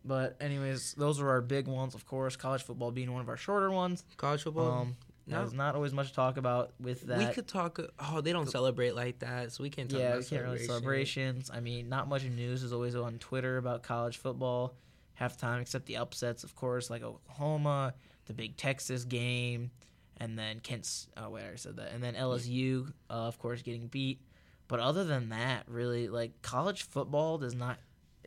But anyways, those were our big ones. Of course, college football being one of our shorter ones. College football. Um, no. there's not always much to talk about with that. we could talk. Oh, they don't celebrate like that, so we can't talk yeah, about we can't really celebration. celebrations. I mean, not much news is always on Twitter about college football halftime, except the upsets, of course, like Oklahoma, the big Texas game, and then Kent's. Oh wait, I already said that. And then LSU, uh, of course, getting beat. But other than that, really, like college football does not.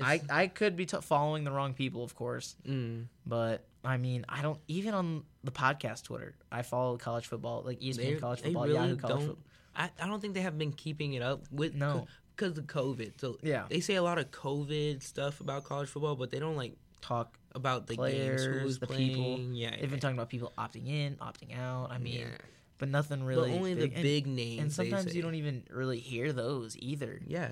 I, It's- I could be t- following the wrong people, of course. Mm, But I mean, I don't even on the podcast Twitter. I follow college football, like E ESPN they, college they football, really Yahoo college don't. football. I, I don't think they have been keeping it up with No. because of COVID. So Yeah. they say a lot of COVID stuff about college football, but they don't like Talk. about the games, Players, who's the playing. people. Yeah, They've been talking about people opting in, opting out. I mean, yeah. but nothing really. but only big. the and- big And, names. they sometimes say. you don't even really hear those either. Yeah,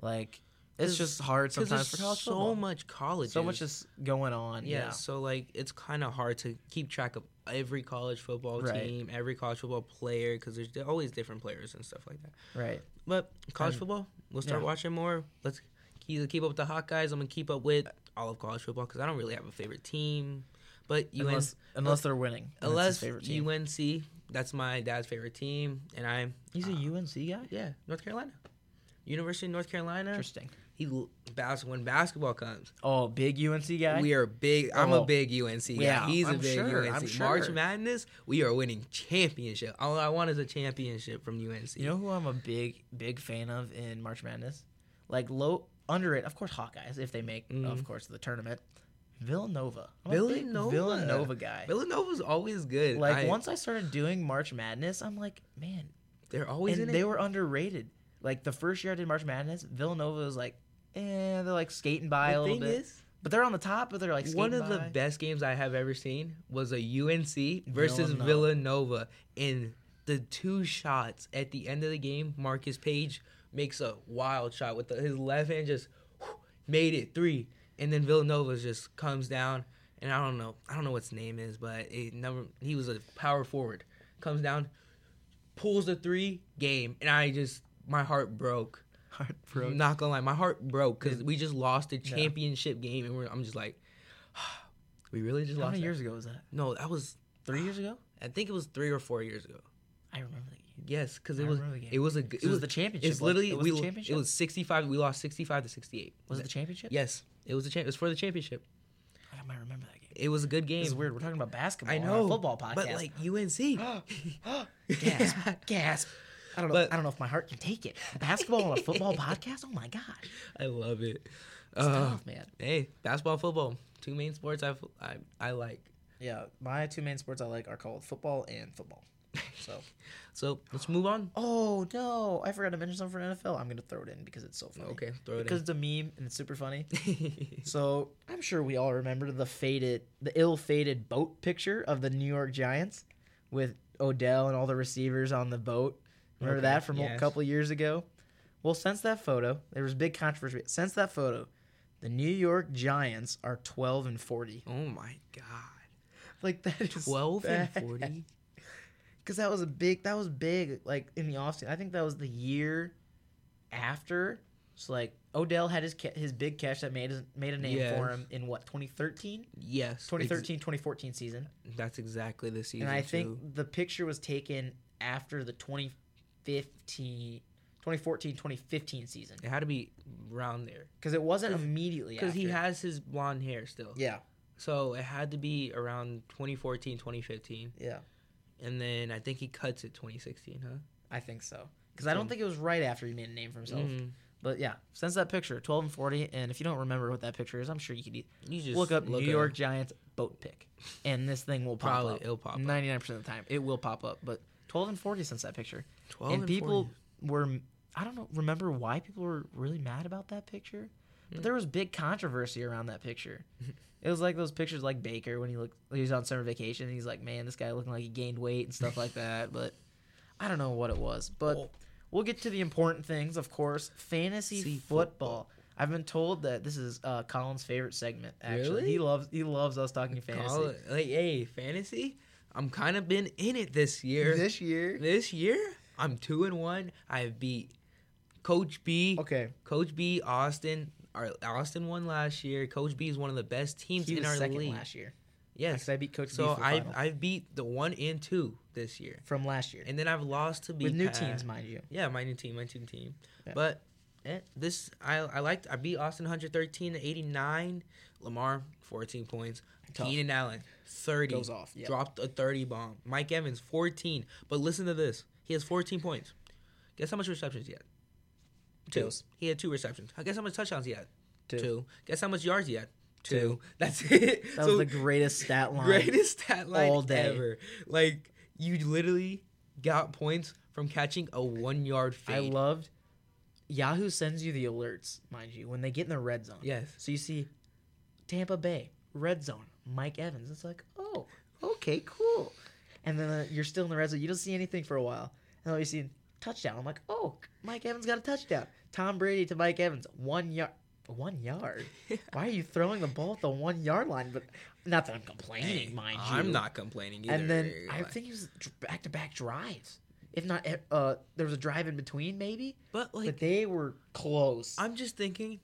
Like it's 'Cause- just hard because sometimes there's for college so football. much college. so much is going on. Yeah, Yeah. so like it's kind of hard to keep track of every college football Right. team, every college football player, because there's di- always different players and stuff like that. Right. But college Um, football, we'll start yeah. watching more. Let's keep, keep up with the Hawkeyes. I'm gonna keep up with all of college football because I don't really have a favorite team. But UN, unless unless, unless they're winning. and that's his favorite team. UNC, that's my dad's favorite team, and I'm He's a uh, UNC guy. yeah North Carolina, University of North Carolina. Interesting. He l- bas- when basketball comes. Oh, big UNC guy. We are big. I'm Oh. a big UNC guy. Yeah, He's a I'm big sure, UNC. I'm March sure. Madness, we are winning championship. All I want is a championship from UNC. You know who I'm a big, big fan of in March Madness? Like low under it, of course, Hawkeyes if they make, of Mhm. course, the tournament. Villanova, I'm a big Villanova. Villanova guy. Villanova's always good. Like I- once I started doing March Madness, I'm like, man, they're always and in they it. were underrated. Like the first year I did March Madness, Villanova was like, eh, they're like skating by a The little thing bit, is, but they're on the top, but they're like skating one of the by. best games I have ever seen was a UNC versus Villanova. Villanova. in the two shots at the end of the game. Marcus Page makes a wild shot with the, his left hand, just whew, made it three, and then Villanova just comes down. And I don't know, I don't know what his name is, but it never. He was a power forward. Comes down, pulls the three, game, and I just my heart broke. Heartbroken. Not gonna lie, my heart broke because we just lost a championship game, and we're, I'm just like, *sighs* we really just How lost. many that. years ago was that? No, that was Three years ago? I think it was three or four years ago. I remember that game. Yes, because it I was remember the game. it was a g- So it was the championship, It's like- literally it was we the lo- championship? it was 65. We lost 65 to 68. Was it the championship? Yes, it was the champ. It was for the championship. I might remember that game. It was a good game. This is weird. We're talking about basketball. I on our know football podcast. but like *gasps* *laughs* UNC. gasp, gasp. I don't know. But- I don't know if my heart can take it. Basketball on a *laughs* football podcast. Oh my gosh, I love it. Uh, tough man. hey, basketball, football, two main sports I f- I, I like. Yeah, my two main sports I like are called football and football. So, So let's move on. *laughs* oh no, I forgot to mention something for NFL. I'm gonna throw it in because it's so funny. Okay, throw it because it's a meme and it's super funny. *laughs* in. So I'm sure we all remember the faded, the ill-fated boat picture of the New York Giants with Odell and all the receivers on the boat Remember Okay, that from a yes. couple of years ago? Well, since that photo, there was big controversy. Since that photo, the New York Giants are 12 and 40. Oh my god. *laughs* Like that is 12 and *laughs* 40? Cuz that was a big that was big like in the offseason. I think that was the year after. So like Odell had his ca- his big catch that made his, made a name for Yes. him in what 2013? Yes. ex- 2013 2014 season. that's exactly the season. and I too. think the picture was taken after the 2015 2014 2015 season it had to be round there because it wasn't immediately because he after. has his blonde hair still. yeah So it had to be around 2014, 2015. yeah And then I think he cuts it 2016, huh? I think so because I don't think it was right after he made a name for himself Mhm. but yeah since that picture 12 and 40 and if you don't remember what that picture is I'm sure you could e- You just look up New it York Giants boat pick and this thing will pop Probably up it'll pop up. 99% of the time it will pop up but 12 and 40 since that picture 12 and, and people 40. were I don't know remember why people were really mad about that picture, but there was big controversy around that *laughs* picture. it was like those pictures like Baker when he looked he was on summer vacation and he's like, man, this guy looking like he gained weight and stuff like that. But I don't know what it was, but Oh. we'll get to the important things, of course. Fantasy See football. I've been told that this is uh, Colin's favorite segment. Actually, Really? he loves he loves us talking fantasy Call it- like, hey, fantasy? I'm kind of been in it this year. this year. This year, I'm two and one. I beat Coach B. Okay, Coach B, Austin. Our Austin won last year. Coach B is one of the best teams he in was our second league. last year. Yes. Because I beat Coach B So for the I've final. I've beat the one and two this year, from last year and then I've lost to B. with new Pat. teams, mind you. Yeah, my new team, my team team. Yeah. But eh, this I I liked. I beat Austin 113 to 89. Lamar 14 points. Tough. Keenan Allen 30 Goes off, yep. Dropped a 30 bomb. Mike Evans 14. But listen to this. He has 14 points. Guess how much receptions he had? *laughs* Two. Bills. He had two receptions. Guess how much touchdowns he had? Two. Guess how much yards he had? Two. *laughs* That's it. That was the greatest stat line. greatest stat line all day. ever. Like you literally got points from catching a one yard fade. I loved. Yahoo sends you the alerts, mind you, when they get in the red zone. Yes. So you see, Tampa Bay red zone, Mike Evans. It's like, oh, okay, cool. And then uh, you're still in the red zone. You don't see anything for a while, and all you see touchdown. I'm like, oh, Mike Evans got a touchdown. Tom Brady to Mike Evans, one yard. One *laughs* yard. Why are you throwing the ball at the one yard line? But not that I'm complaining, mind you. I'm not complaining either. and then I Like, think it was back to back drives. If not, uh, there was a drive in between, maybe. but like but they were close. I'm just thinking,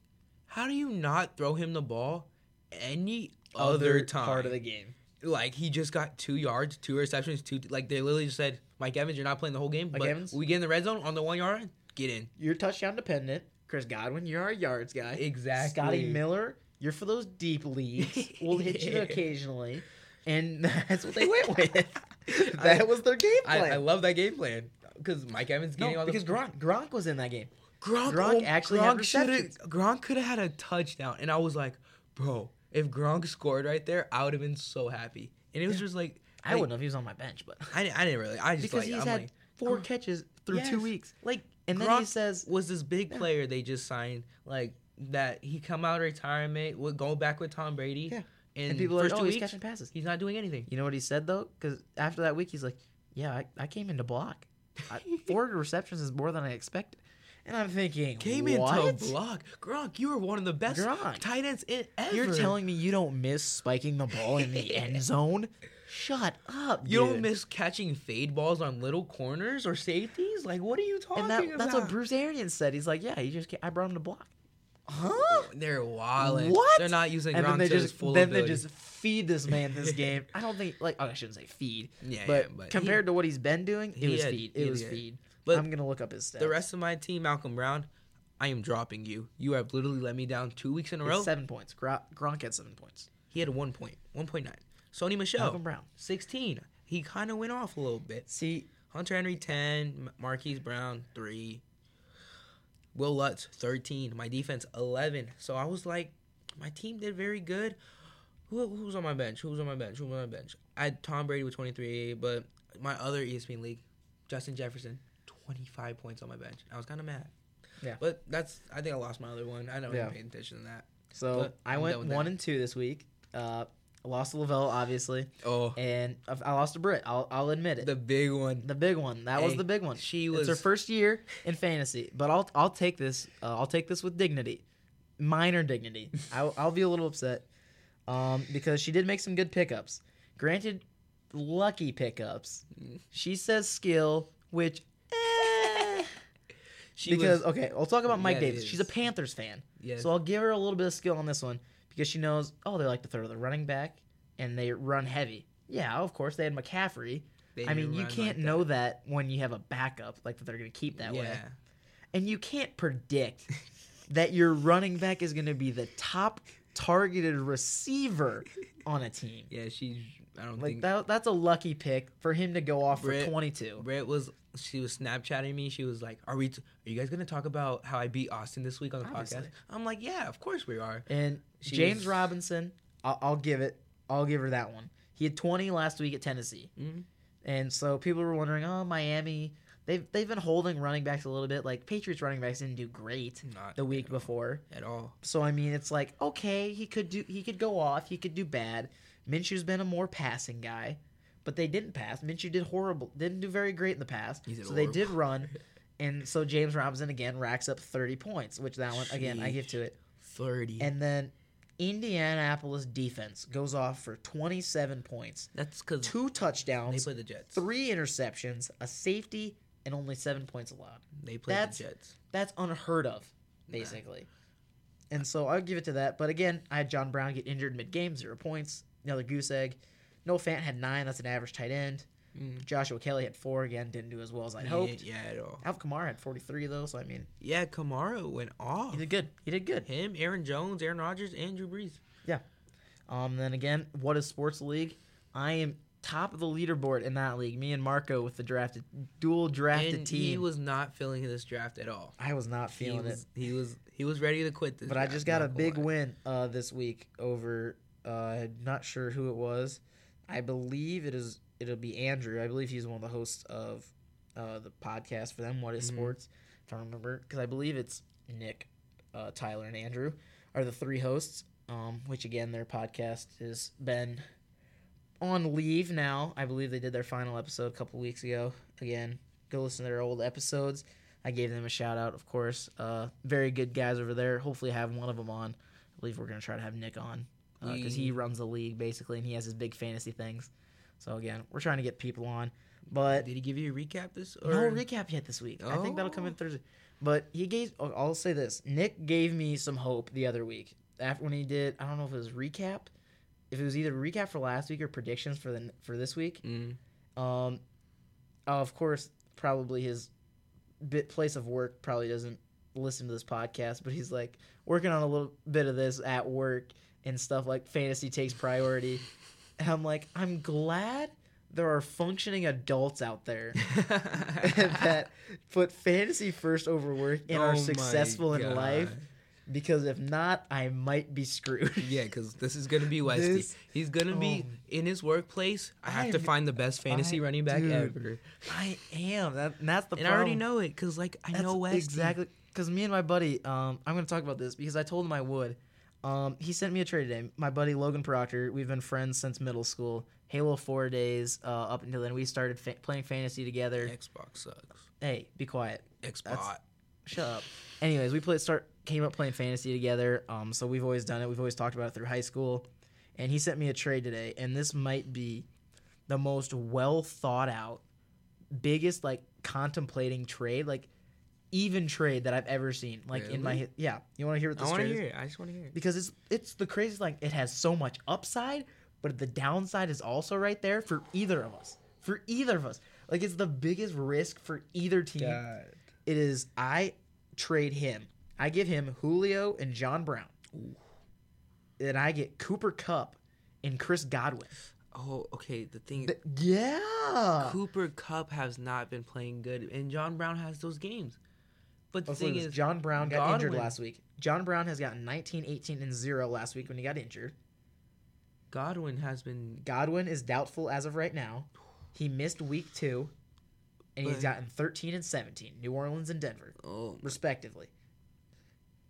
how do you not throw him the ball any other, time? part of the game. like he just got two yards, two receptions, two like they literally just said, Mike Evans, you're not playing the whole game. Mike but Evans? we get in the red zone on the one yard, line, get in. You're touchdown dependent. Chris Godwin, you're our yards guy. Exactly. Scotty Miller, you're for those deep leagues. We'll hit you *laughs* Yeah. occasionally, and *laughs* that's what they *laughs* went with. that was their game I, plan. I love that game plan because Mike Evans getting no, all the because Gronk Gronk was in that game. Gronk, Gronk oh, actually had Gronk shoulda- receptions. Gronk could have had a touchdown, and I was like, bro, if Gronk scored right there, I would have been so happy. And it was just like, I like, wouldn't have. He was on my bench, *laughs* but I, I didn't really. I just because like, he's I'm had like, four Gronk- catches through two Yes. weeks. Like, And then he says- was this big player they just signed, like that he come out of retirement, would go back with Tom Brady, Yeah. and, And, people are like, first oh, two he's weeks, catching passes. he's not doing anything. You know what he said though? Because after that week, he's like, "Yeah, I, I came in to block. *laughs* I, four receptions is more than I expected." And I'm thinking, Came what? into block, Gronk. You were one of the best Gronk. tight ends in ever. You're telling me you don't miss spiking the ball in *laughs* the end zone? Shut up! You dude. don't miss catching fade balls on little corners or safeties? Like, what are you talking And that, about? that's what Bruce Arians said. He's like, "Yeah, he just ca- I brought him to block." Huh? Oh, They're wilding. What? They're not using and Gronk then they to his just full then ability. they just feed this man *laughs* this game. I don't think like oh, I shouldn't say feed, Yeah, but, yeah, but he- compared to what he's been doing, it he was had- feed. he It had was good. feed. But I'm gonna look up his stats. the rest of my team, Malcolm Brown, I am dropping you. You have literally let me down two weeks in a It's row. seven points. Gro- Gronk had seven points. He had a one point, 1.9. Sony Michelle, Malcolm Brown. 16. He kind of went off a little bit. See, Hunter Henry, 10. M- Marquise Brown, 3. Will Lutz, 13. My defense, 11. So I was like, my team did very good. Who, who was on my bench? Who was on my bench? Who was on my bench? I had Tom Brady with 23, but my other E ESPN league, Justin Jefferson, 25 points on my bench. I was kind of mad. Yeah. But that's, I think I lost my other one. I never Yeah. paid attention to that. so But I I'm went done with one that. and two this week. Uh, I lost to Lavelle, obviously, Oh, and I I lost to Britt. I'll, I'll admit it. the big one. The big one. That was Hey, the big one. she It's was- her first year in fantasy, but I'll I'll take this. Uh, I'll take this with dignity, minor *laughs* dignity. I'll, I'll be a little upset, um, because she did make some good pickups. Granted, lucky pickups. Mm. She says skill, which eh, She because was, okay, I'll talk about Mike Yeah, it Davis. She's a is. Panthers fan, Yes. so I'll give her a little bit of skill on this one because she knows. Oh, they like to throw to the running back, and they run heavy. Yeah, of course they had McCaffrey. they I mean, you run like can't that. know that when you have a backup like that they're going to keep that way, Yeah. and you can't *laughs* predict that your running back is going to be the top targeted receiver on a team. Yeah, she's. I don't Like think that, that's a lucky pick for him to go off Brett- for twenty-two. Brett was. She was Snapchatting me. She was like, "Are we? T- are you guys gonna talk about how I beat Austin this week on the podcast?" Obviously. I'm like, "Yeah, of course we are." And She James was- Robinson, I'll, I'll give it. I'll give her that one. He had 20 last week at Tennessee, Mhm. and so people were wondering, oh, Miami. They've they've been holding running backs a little bit. Like Patriots running backs didn't do great Not the week before. at all. So I mean, it's like okay, he could do he could go off, he could do bad. Minshew's been a more passing guy, but they didn't pass. Minshew did horrible, didn't do very great in the past. He did so they horrible. did run, and so James Robinson again racks up thirty points, which that one again I give to it. Thirty. And then Indianapolis defense goes off for twenty seven points, That's because two they touchdowns, play the Jets. three interceptions, a safety, and only seven points allowed. They play That's- the Jets. That's unheard of, basically. And so I would give it to that. But again, I had John Brown get injured mid game, zero points, another goose egg. No Fant had nine. That's an average tight end. Mm. Joshua Kelly had four again. Didn't do as well as I hoped. Yeah, at all. Alvin Kamara had 43 though, so I mean, Yeah, Kamara went off. he did good. He did good. Him, Aaron Jones, Aaron Rodgers, and Drew Brees. Um, then again, what is sports league? I am top of the leaderboard in that league. Me and Marco with the drafted dual drafted and team. he was not feeling this draft at all. I was not He feeling it. was, he was he was ready to quit this. But I draft, just got not a gonna big lie. win uh, this week over. Uh, not sure who it was. I believe it is. It'll be Andrew. I believe he's one of the hosts of uh, the podcast for them. What is Mhm. sports? If I remember, because I believe it's Nick, uh, Tyler, and Andrew are the three hosts. Um, which again, their podcast has been on leave now. I believe they did their final episode a couple weeks ago. Again, go listen to their old episodes. I gave them a shout out, of course. Uh, very good guys over there. Hopefully, have one of them on. I believe we're gonna try to have Nick on because he We- runs the league basically, and he has his big fantasy things. So again, we're trying to get people on, but Did he give you a recap this? Or? no recap yet this week. Oh. I think that'll come in Thursday. But he gave. oh, I'll say this: Nick gave me some hope the other week after when he did. I don't know if it was recap, if it was either recap for last week or predictions for the for this week. Mm. Um, of course, probably his bit place of work probably doesn't listen to this podcast, but he's like working on a little bit of this at work and stuff like fantasy takes *laughs* priority. and I'm like, I'm glad there are functioning adults out there *laughs* that put fantasy first over work and Oh my are successful in life. God. Because if not, I might be screwed. *laughs* Yeah, because this is gonna be Westy. This- He's gonna be Oh. in his workplace. I have to I'm- find the best fantasy I- running back dude. ever, I am. That, and that's the and I problem. already know it because like I That's know Westy exactly because me and my buddy. Um, I'm gonna talk about this because I told him I would. Um, he sent me a trade today. My buddy Logan Proctor. We've been friends since middle school. Halo Four days uh, up until then. We started fa- playing fantasy together. Xbox sucks. Hey, be quiet. Xbox. Shut up. Anyways, we played start came up playing fantasy together. Um, so we've always done it. We've always talked about it through high school. And he sent me a trade today, and this might be the most well thought out, biggest like contemplating trade, like even trade that I've ever seen. Like in my hi- yeah, you want to hear what I this want to trade hear is? it. I just want to hear it. Because it's it's the craziest. Like it has so much upside, but the downside is also right there for either of us. For either of us, like it's the biggest risk for either team. It is I trade him. I give him Julio and John Brown. Then I get Cooper Cup and Chris Godwin. Oh, okay. The thing Th- yeah. uh, Cooper Cup has not been playing good, and John Brown has those games. But the Let's look thing at this. is, John Brown got injured Godwin- last week. John Brown has gotten 19, 18, and 0 last week when he got injured. Godwin has been. Godwin is doubtful as of right now. He missed week two, and he's But- gotten 13 and 17, New Orleans and Denver. Oh, respectively.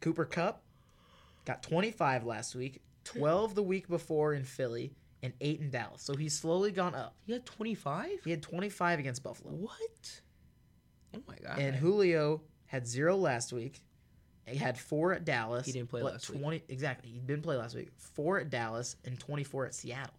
Cooper Cup got 25 last week, 12 the week before in Philly, and 8 in Dallas. So he's slowly gone up. He had 25? He had 25 against Buffalo. What? Oh my god. And Julio had 0 last week. He had 4 at Dallas. He didn't play but last week. 20, Exactly. He didn't play last week. 4 at Dallas and 24 at Seattle.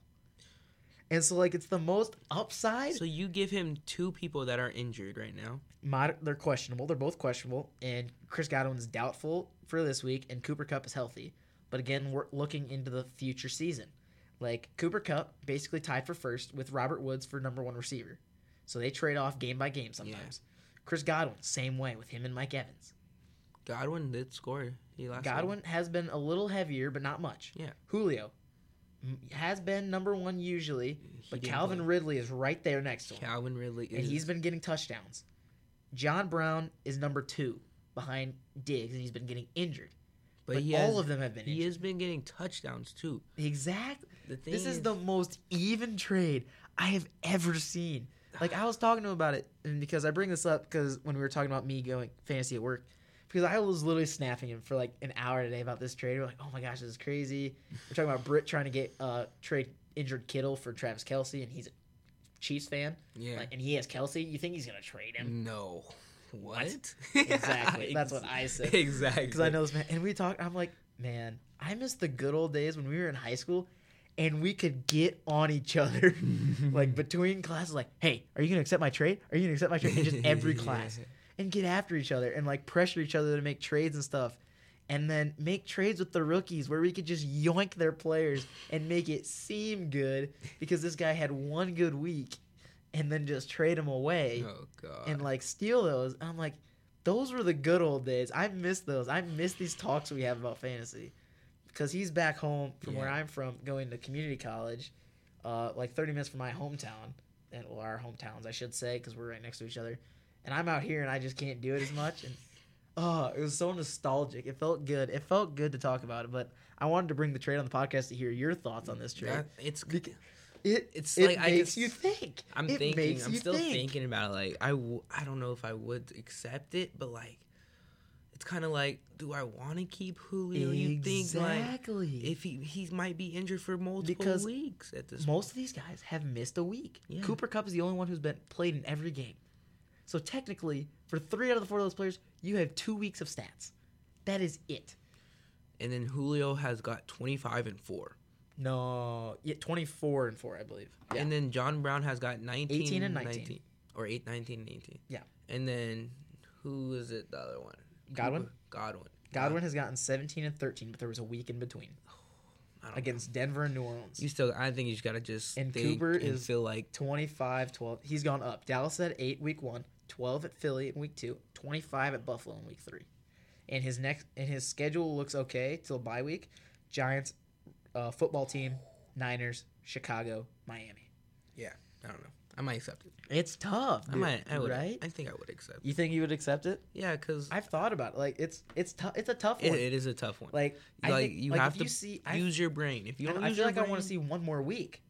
And so, like, it's the most upside. So you give him two people that are injured right now. Mod- they're questionable. They're both questionable. And Chris Godwin's doubtful for this week, and Cooper Cup is healthy. But again, we're looking into the future season. Like Cooper Cup basically tied for first with Robert Woods for number one receiver. So they trade off game by game sometimes. Chris Godwin, same way with him and Mike Evans. Godwin did score. He last week. Godwin has been a little heavier, but not much. Yeah. Julio m- has been number one usually, but didn't Calvin play. Ridley is right there next to him. Calvin Ridley is and he's been getting touchdowns. John Brown is number two behind Diggs, and he's been getting injured. But, he all has- of them have been He injured. has been getting touchdowns too. Exact. The thing This is is- the most even trade I have ever seen. Like I was talking to him about it, and because I bring this up because when we were talking about me going fantasy at work, because I was literally snapping him for like an hour today about this trade. We're like, oh my gosh, this is crazy. We're talking about Britt trying to get uh trade injured Kittle for Travis Kelsey, and he's a Chiefs fan. Yeah. Like, and he has Kelsey. You think he's gonna trade him? No. *laughs* What? Exactly. That's what I said. Exactly. because *laughs* I know this man. And we talked. I'm like, man, I miss the good old days when we were in high school, and we could get on each other, like between classes. Like, hey, are you gonna accept my trade? Are you gonna accept my trade? And just *laughs* every class, and get after each other, and like pressure each other to make trades and stuff, and then make trades with the rookies where we could just yoink their players and make it seem good because this guy had one good week, and then just trade him away Oh god. and like steal those. And I'm like, those were the good old days. I miss those. I miss these talks we have about fantasy because he's back home from where Yeah. I'm from, going to community college, uh, like 30 minutes from my hometown and well, our hometowns, I should say, because we're right next to each other. And I'm out here and I just can't do it as much. And oh, it was so nostalgic. It felt good. It felt good to talk about it. But I wanted to bring the trade on the podcast to hear your thoughts on this trade. That- it's it, it's it like I makes just- you think. I'm It thinking. makes I'm you still think. thinking about it. Like I, w- I don't know if I would accept it, but like, it's kind of like, do I want to keep Julio? You think like Exactly. if he he might be injured for multiple Because weeks at this most of these guys have missed a week. Yeah. Cooper Cup is the only one who's been played in every game. So technically, for three out of the four of those players, you have two weeks of stats. That is it. and then Julio has got 25 and four, No, yeah, twenty four and four, I believe. Yeah, and then John Brown has got 19, 18 and 19, 19. or 8, 19, and 18. Yeah. and then who is it? The other one, Godwin? Cooper- Godwin. Godwin has gotten seventeen and thirteen, but there was a week in between I don't know. against Denver and New Orleans. You still, I think you just gotta just And think Cooper and is- feel like 25, 12. He's gone up. Dallas at 8 week 1, 12 at Philly in week 2, 25 at Buffalo in week 3. And his next and his schedule looks okay till bye week. Giants, uh, football team, Niners, Chicago, Miami. yeah, I don't know. I might accept it. It's tough, I might. I would. right? I think I would accept. You think you would accept it? Yeah, because I've thought about it. Like it's it's tough. It's a tough it, one. it is a tough one. like I like think- you like, have if to you see. I, use your brain. If you I, don't I use feel your like I want brain- to see one more week.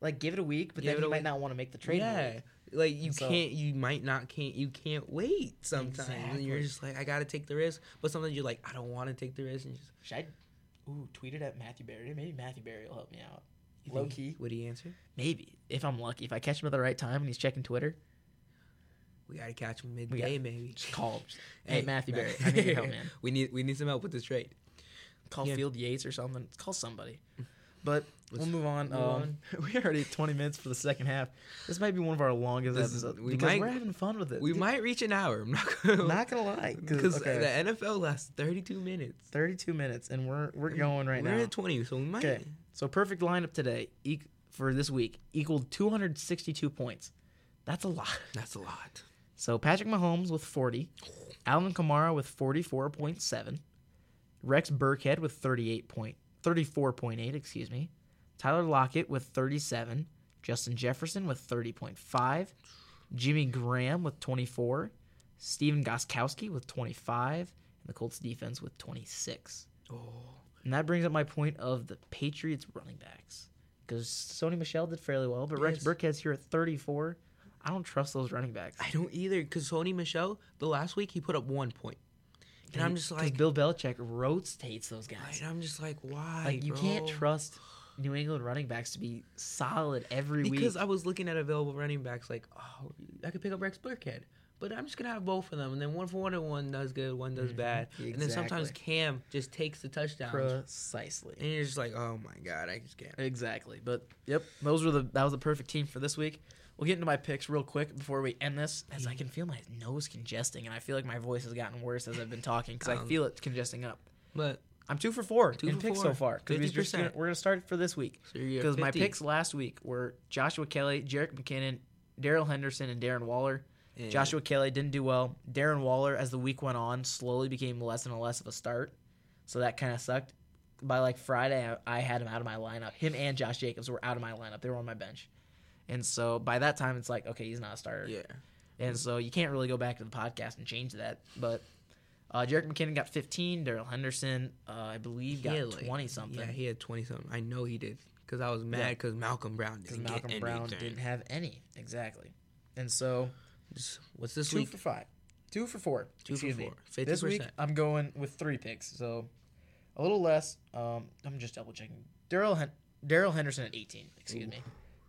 Like give it a week, but Give then it you a might week. not want to make the trade. in a Yeah, week. like you And so- can't. You might not can't. You can't wait sometimes, and you're Exactly. just like, I gotta take the risk. But sometimes you're like, I don't want to take the risk. And you just Should I? Ooh, tweet it at Matthew Barry. Maybe Matthew Barry will help me out. you Low think- key. Would he answer? Maybe if I'm lucky, if I catch him at the right time and he's checking Twitter, We gotta catch him midday, maybe. just call him. Just, *laughs* *laughs* hey, Matthew Barry, I need your help, *laughs* man. we need we need some help with this trade. Call Yeah. Field Yates or something. Call somebody. But we'll Mm. move on. move um, on. *laughs* we already at 20 minutes for the second half. This might be one of our longest This is- episodes we because might- we're having fun with it. We Dude, *laughs* might reach an hour. I'm not gonna Not gonna lie, because because okay, the NFL lasts 32 minutes. 32 minutes and we're we're going right We're now. at 20, so we might. Okay. So perfect lineup today eq for this week equaled 262 points. That's a lot. That's a lot. So Patrick Mahomes with 40, Alvin Kamara with 44.7, Rex Burkhead with 38 point, 34.8, excuse me, Tyler Lockett with 37, Justin Jefferson with 30.5, Jimmy Graham with 24, Steven Goskowski with 25, and the Colts defense with 26. Oh. And that brings up my point of the Patriots running backs. Because Sony Michelle did fairly well, but Rex Yes. Burkhead's here at 34. I don't trust those running backs. I don't either because Sony Michelle, the last week he put up one point. And I'm just 'Cause like- Bill Belichick rotates those guys. And I'm just like, why? Like you can't bro? trust New England running backs to be solid every because week. I was looking at available running backs, like, oh, I could pick up Rex Burkhead, but I'm just gonna have both of them, and then one for one, and one does good, one does Mm-hmm. bad, and then sometimes Cam just takes the touchdown, Precisely. and you're just like, oh my god, I just can't. Exactly. But yep, those were the that was the perfect team for this week. We'll get into my picks real quick before we end this, as I can feel my nose congesting, and I feel like my voice has gotten worse as I've been talking because I Um, feel it congesting up. But I'm two for four Two in for picks so four. far. 'cause we just- 50%. We're gonna start it for this week so you're at because my 50, picks last week were Joshua Kelly, Jarek McKinnon, Daryl Henderson, and Darren Waller. and Joshua Kelly didn't do well. Darren Waller, as the week went on, slowly became less and less of a start. So that kind of sucked. By like Friday, I, I had him out of my lineup. Him and Josh Jacobs were out of my lineup. They were on my bench. And so by that time, it's like, okay, he's not a starter. yeah, And so you can't really go back to the podcast and change that. But uh, Jarek McKinnon got 15. Daryl Henderson, uh, I believe, got He had, like- 20 something. Yeah, he had twenty something. I know he did because I was mad Yeah. because Malcolm Brown because didn't Malcolm get Brown anything. didn't have any. Exactly. And so Just- What's this two week? for five. Two for four. Two for Excuse me. four. Fifty This week percent. I'm going with three picks, so a little less. Um, I'm just double checking. Daryl Hen- Daryl Henderson at 18. Excuse me,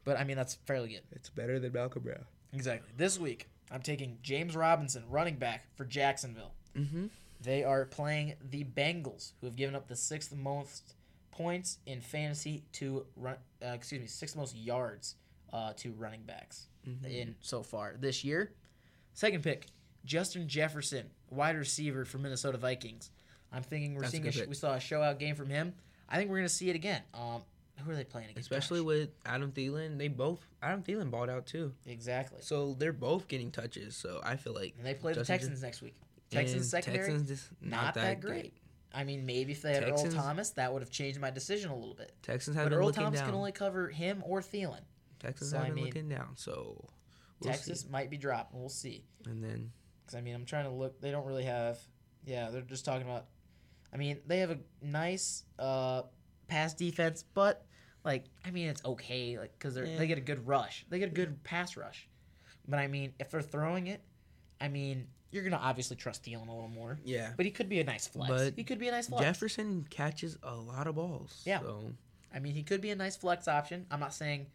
but I mean that's fairly good. It's better than Malcolm Brown. Exactly. This week I'm taking James Robinson, running back for Jacksonville. Mm-hmm. They are playing the Bengals, who have given up the sixth most points in fantasy to run. Uh, excuse me, sixth most yards uh, to running backs Mm-hmm. in so far this year. Second pick, Justin Jefferson, wide receiver for Minnesota Vikings. I'm thinking we're That's a seeing a good sh- pick. we saw a showout game from him. I think we're gonna see it again. Um, who are they playing against? Especially with Adam Thielen, they both Adam Thielen balled out too. Gosh. exactly. So they're both getting touches. So I feel like And they play the Justin Texans next week. Jef- Texans and secondary. Texans just not, that, great. I mean, maybe if they had Texans- Earl Thomas, that would have changed my decision a little bit. Texans have But been Earl looking Thomas down. can only cover him or Thielen. Texans so, have I been mean, looking down. So we'll see. Texas might be dropping. We'll see. and then Because I mean, I'm trying to look. They don't really have. Yeah, they're just talking about. I mean, they have a nice uh, pass defense, but like, I mean, it's okay. Like, because they Yeah. they get a good rush. They get a good pass rush. But I mean, if they're throwing it, I mean, you're gonna obviously trust Thielen a little more. yeah, But he could be a nice flex. But he could be a nice flex. Jefferson catches a lot of balls. Yeah. So I mean, he could be a nice flex option. I'm not saying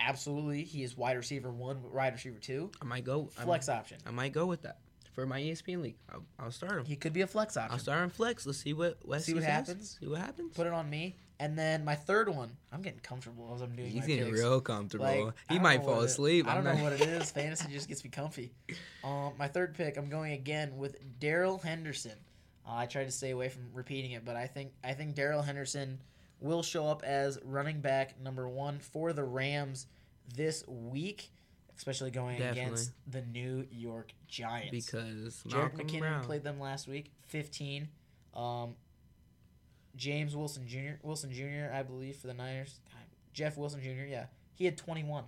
absolutely he is wide receiver one, wide receiver two. I might go I Flex option. might- I might go with that for my E ESPN league. I'll, I'll start him. He could be a flex I'll option. start him flex. Let's see what Wes See what says. happens. See what happens. Put it on me. And then my third one, I'm getting comfortable as I'm doing. He's my getting picks. real Like, comfortable. I he don't might know fall what it- asleep. I I'm don't know what not- it *laughs* is. Fantasy just gets me comfy. Um, my third pick, I'm going again with Daryl Henderson. Uh, I tried to stay away from repeating it, but I think I think Daryl Henderson will show up as running back number one for the Rams this week, especially going Definitely. against the New York Giants. because Jarek Malcolm McKinnon Brown. played them last week, 15. Um, James Wilson Jr. Wilson Jr. I believe for the Niners. God, Jeff Wilson Jr. Yeah, he had 21.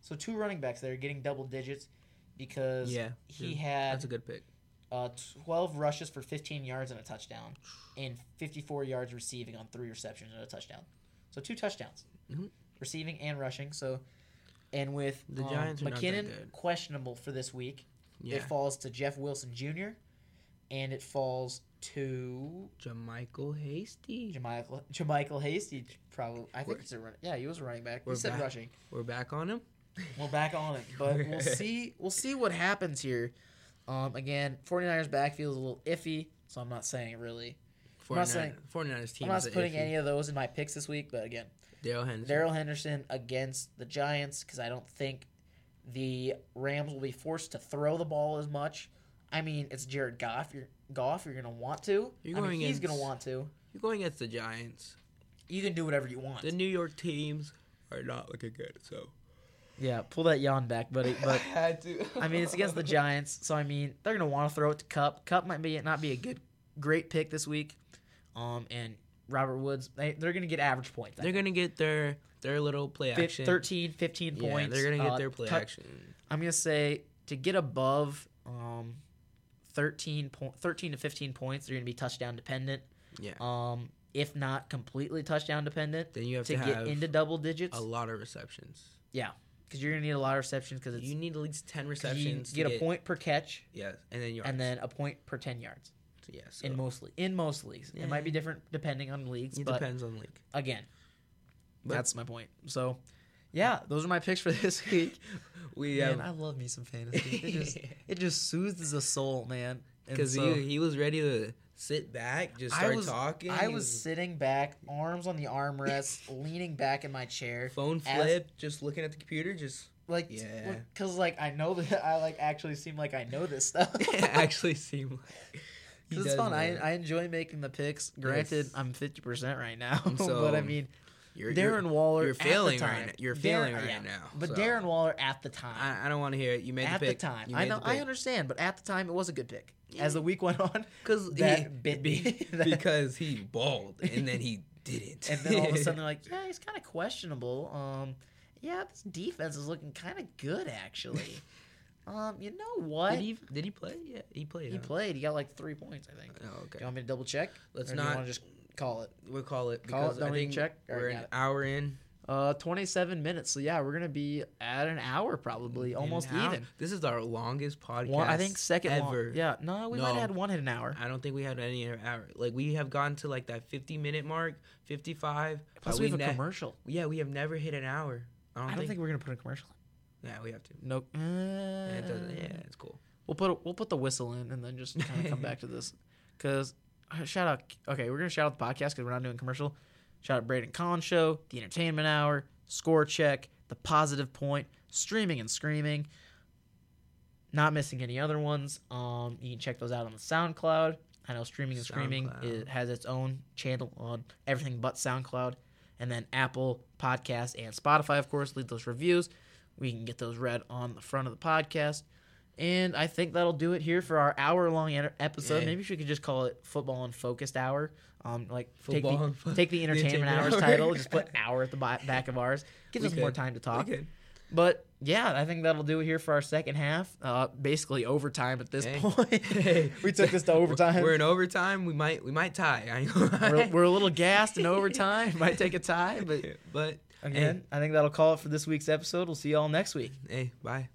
So two running backs there getting double digits because Yeah, he yeah. had That's a good pick. uh, 12 rushes for 15 yards and a touchdown, and 54 yards receiving on three receptions and a touchdown. So two touchdowns, Mhm. receiving and rushing. So, and with The um, Giants are not that McKinnon good. questionable for this week. Yeah. It falls to Jeff Wilson Jr. and it falls to Jamichael Hasty. Jamichael, Jamichael Hasty. Probably, I think We're- it's a run. Yeah, he was a running back. He We're said back. rushing. We're back on him. We're back on it, but we'll see. We'll see what happens here. Um, again, 49ers backfield is a little iffy, so I'm not saying really. 49, not saying- 49ers team I'm not is putting iffy. any of those in my picks this week, but again, Daryl Henderson. Daryl Henderson against the Giants because I don't think the Rams will be forced to throw the ball as much. I mean, it's Jared Goff. You're Goff. You're gonna want to. You're I mean, going he's gonna against- want to. You're going against the Giants. You can do whatever you want. The New York teams are not looking good. So Yeah, pull that yawn back, buddy. But had to. I mean, it's *laughs* against the Giants, so I mean, they're gonna want to throw it to Cup. Cup might be not be a good, great pick this week. Um, and Robert Woods, they, they're gonna get average points. I They're think. gonna get their their little play Fif- action. 13, 15 Yeah, points. they're gonna uh, get their play tou- action. I'm gonna say to get above um, 13, po- 13 to 15 points, they're gonna be touchdown dependent. Yeah. Um, if not completely touchdown dependent, Then you have to, to, get have into double digits, a lot of receptions. yeah, because you're gonna need a lot of receptions because it's You need at least ten you receptions. to get a point per catch Yes, and then you and then a point per ten yards. Yeah, so in most le- in most leagues. It might be different depending on leagues, it but depends on league. again, But- that's my point. So, yeah, those are my picks for *laughs* this week. *laughs* We um, Yeah, have man, I love me some fantasy. It *laughs* just it just soothes the soul, man. And Because so- he, he was ready to sit back, just I start was talking. I He was sitting back, arms on the *laughs* armrest, leaning back in my chair, phone as- flip, just looking at the computer, just like Yeah. because like I know that *laughs* I like actually seem like I know this *laughs* stuff. *laughs* actually seemed like he 'Cause it's does fun. I, know. I enjoy making the picks. Granted, Yes. I'm 50% right now, *laughs* So, but I mean you're, Darren Waller. you're at the failing time- right now. You're Darren- failing right yeah. now, But so. Darren Waller at the time. I, I don't want to hear it. You made at the the, pick. time, I know, I understand, but at the time it was a good pick. As Yeah. the week went on, because that bit me. *laughs* That- because he balled and then he *laughs* didn't, and then all of a *laughs* sudden they're like, yeah, he's kind of questionable. Um, yeah, this defense is looking kind of good *laughs* actually. um, you know what? did He, he did he play? Yeah, he played. huh? played. He got like three points, I think. Oh, Do okay. you want me to double check? Let's Or do you not- wanna just call it. We'll call it. Call it, Because I don't we think check? Alright, We're got an it. hour in. Uh, 27 minutes. So yeah, we're gonna be at an hour probably, almost An hour. even. This is our longest podcast. One, I think second long- ever. Yeah, no, we might have No. had one in an hour. I don't think we had any other hour. Like we have gone to like that fifty minute mark, fifty five. Plus we have a commercial. Yeah, we have never hit an hour. I I don't, don't think, think we're gonna put a commercial. Yeah, we have to. in. No. Yeah, it Uh, doesn't, yeah, it's cool. We'll put a, we'll put the whistle in and then just kind of come back to this because shout out. Okay, we're gonna shout out the podcast because we're not doing commercial. Shout out Braden Collins Show, The Entertainment Hour, Score Check, The Positive Point, Streaming and Screaming. Not missing any other ones. Um, you can check those out on the SoundCloud. I know Streaming and Screaming SoundCloud. it has its own channel on everything but SoundCloud, and then Apple Podcast and Spotify, of course. Leave those reviews. We can get those read on the front of the podcast. And I think that'll do it here for our hour long episode. Yeah. Maybe we could just call it Football and Focused Hour. Um, like take Football the, and fo- take the the entertainment hours entertainment hour. title, just *laughs* put hour at the bi- back of ours. Gives We us more could. *laughs* time to talk. Okay. But yeah, I think that'll do it here for our second half. Uh, basically overtime at this *laughs* Hey. point. we took this to overtime. We're in overtime. We might we might tie. *laughs* I We're, we're a little gassed in overtime. Might take a tie, but but *laughs* again, I think that'll call it for this week's episode. We'll see y'all next week. Hey, hey bye.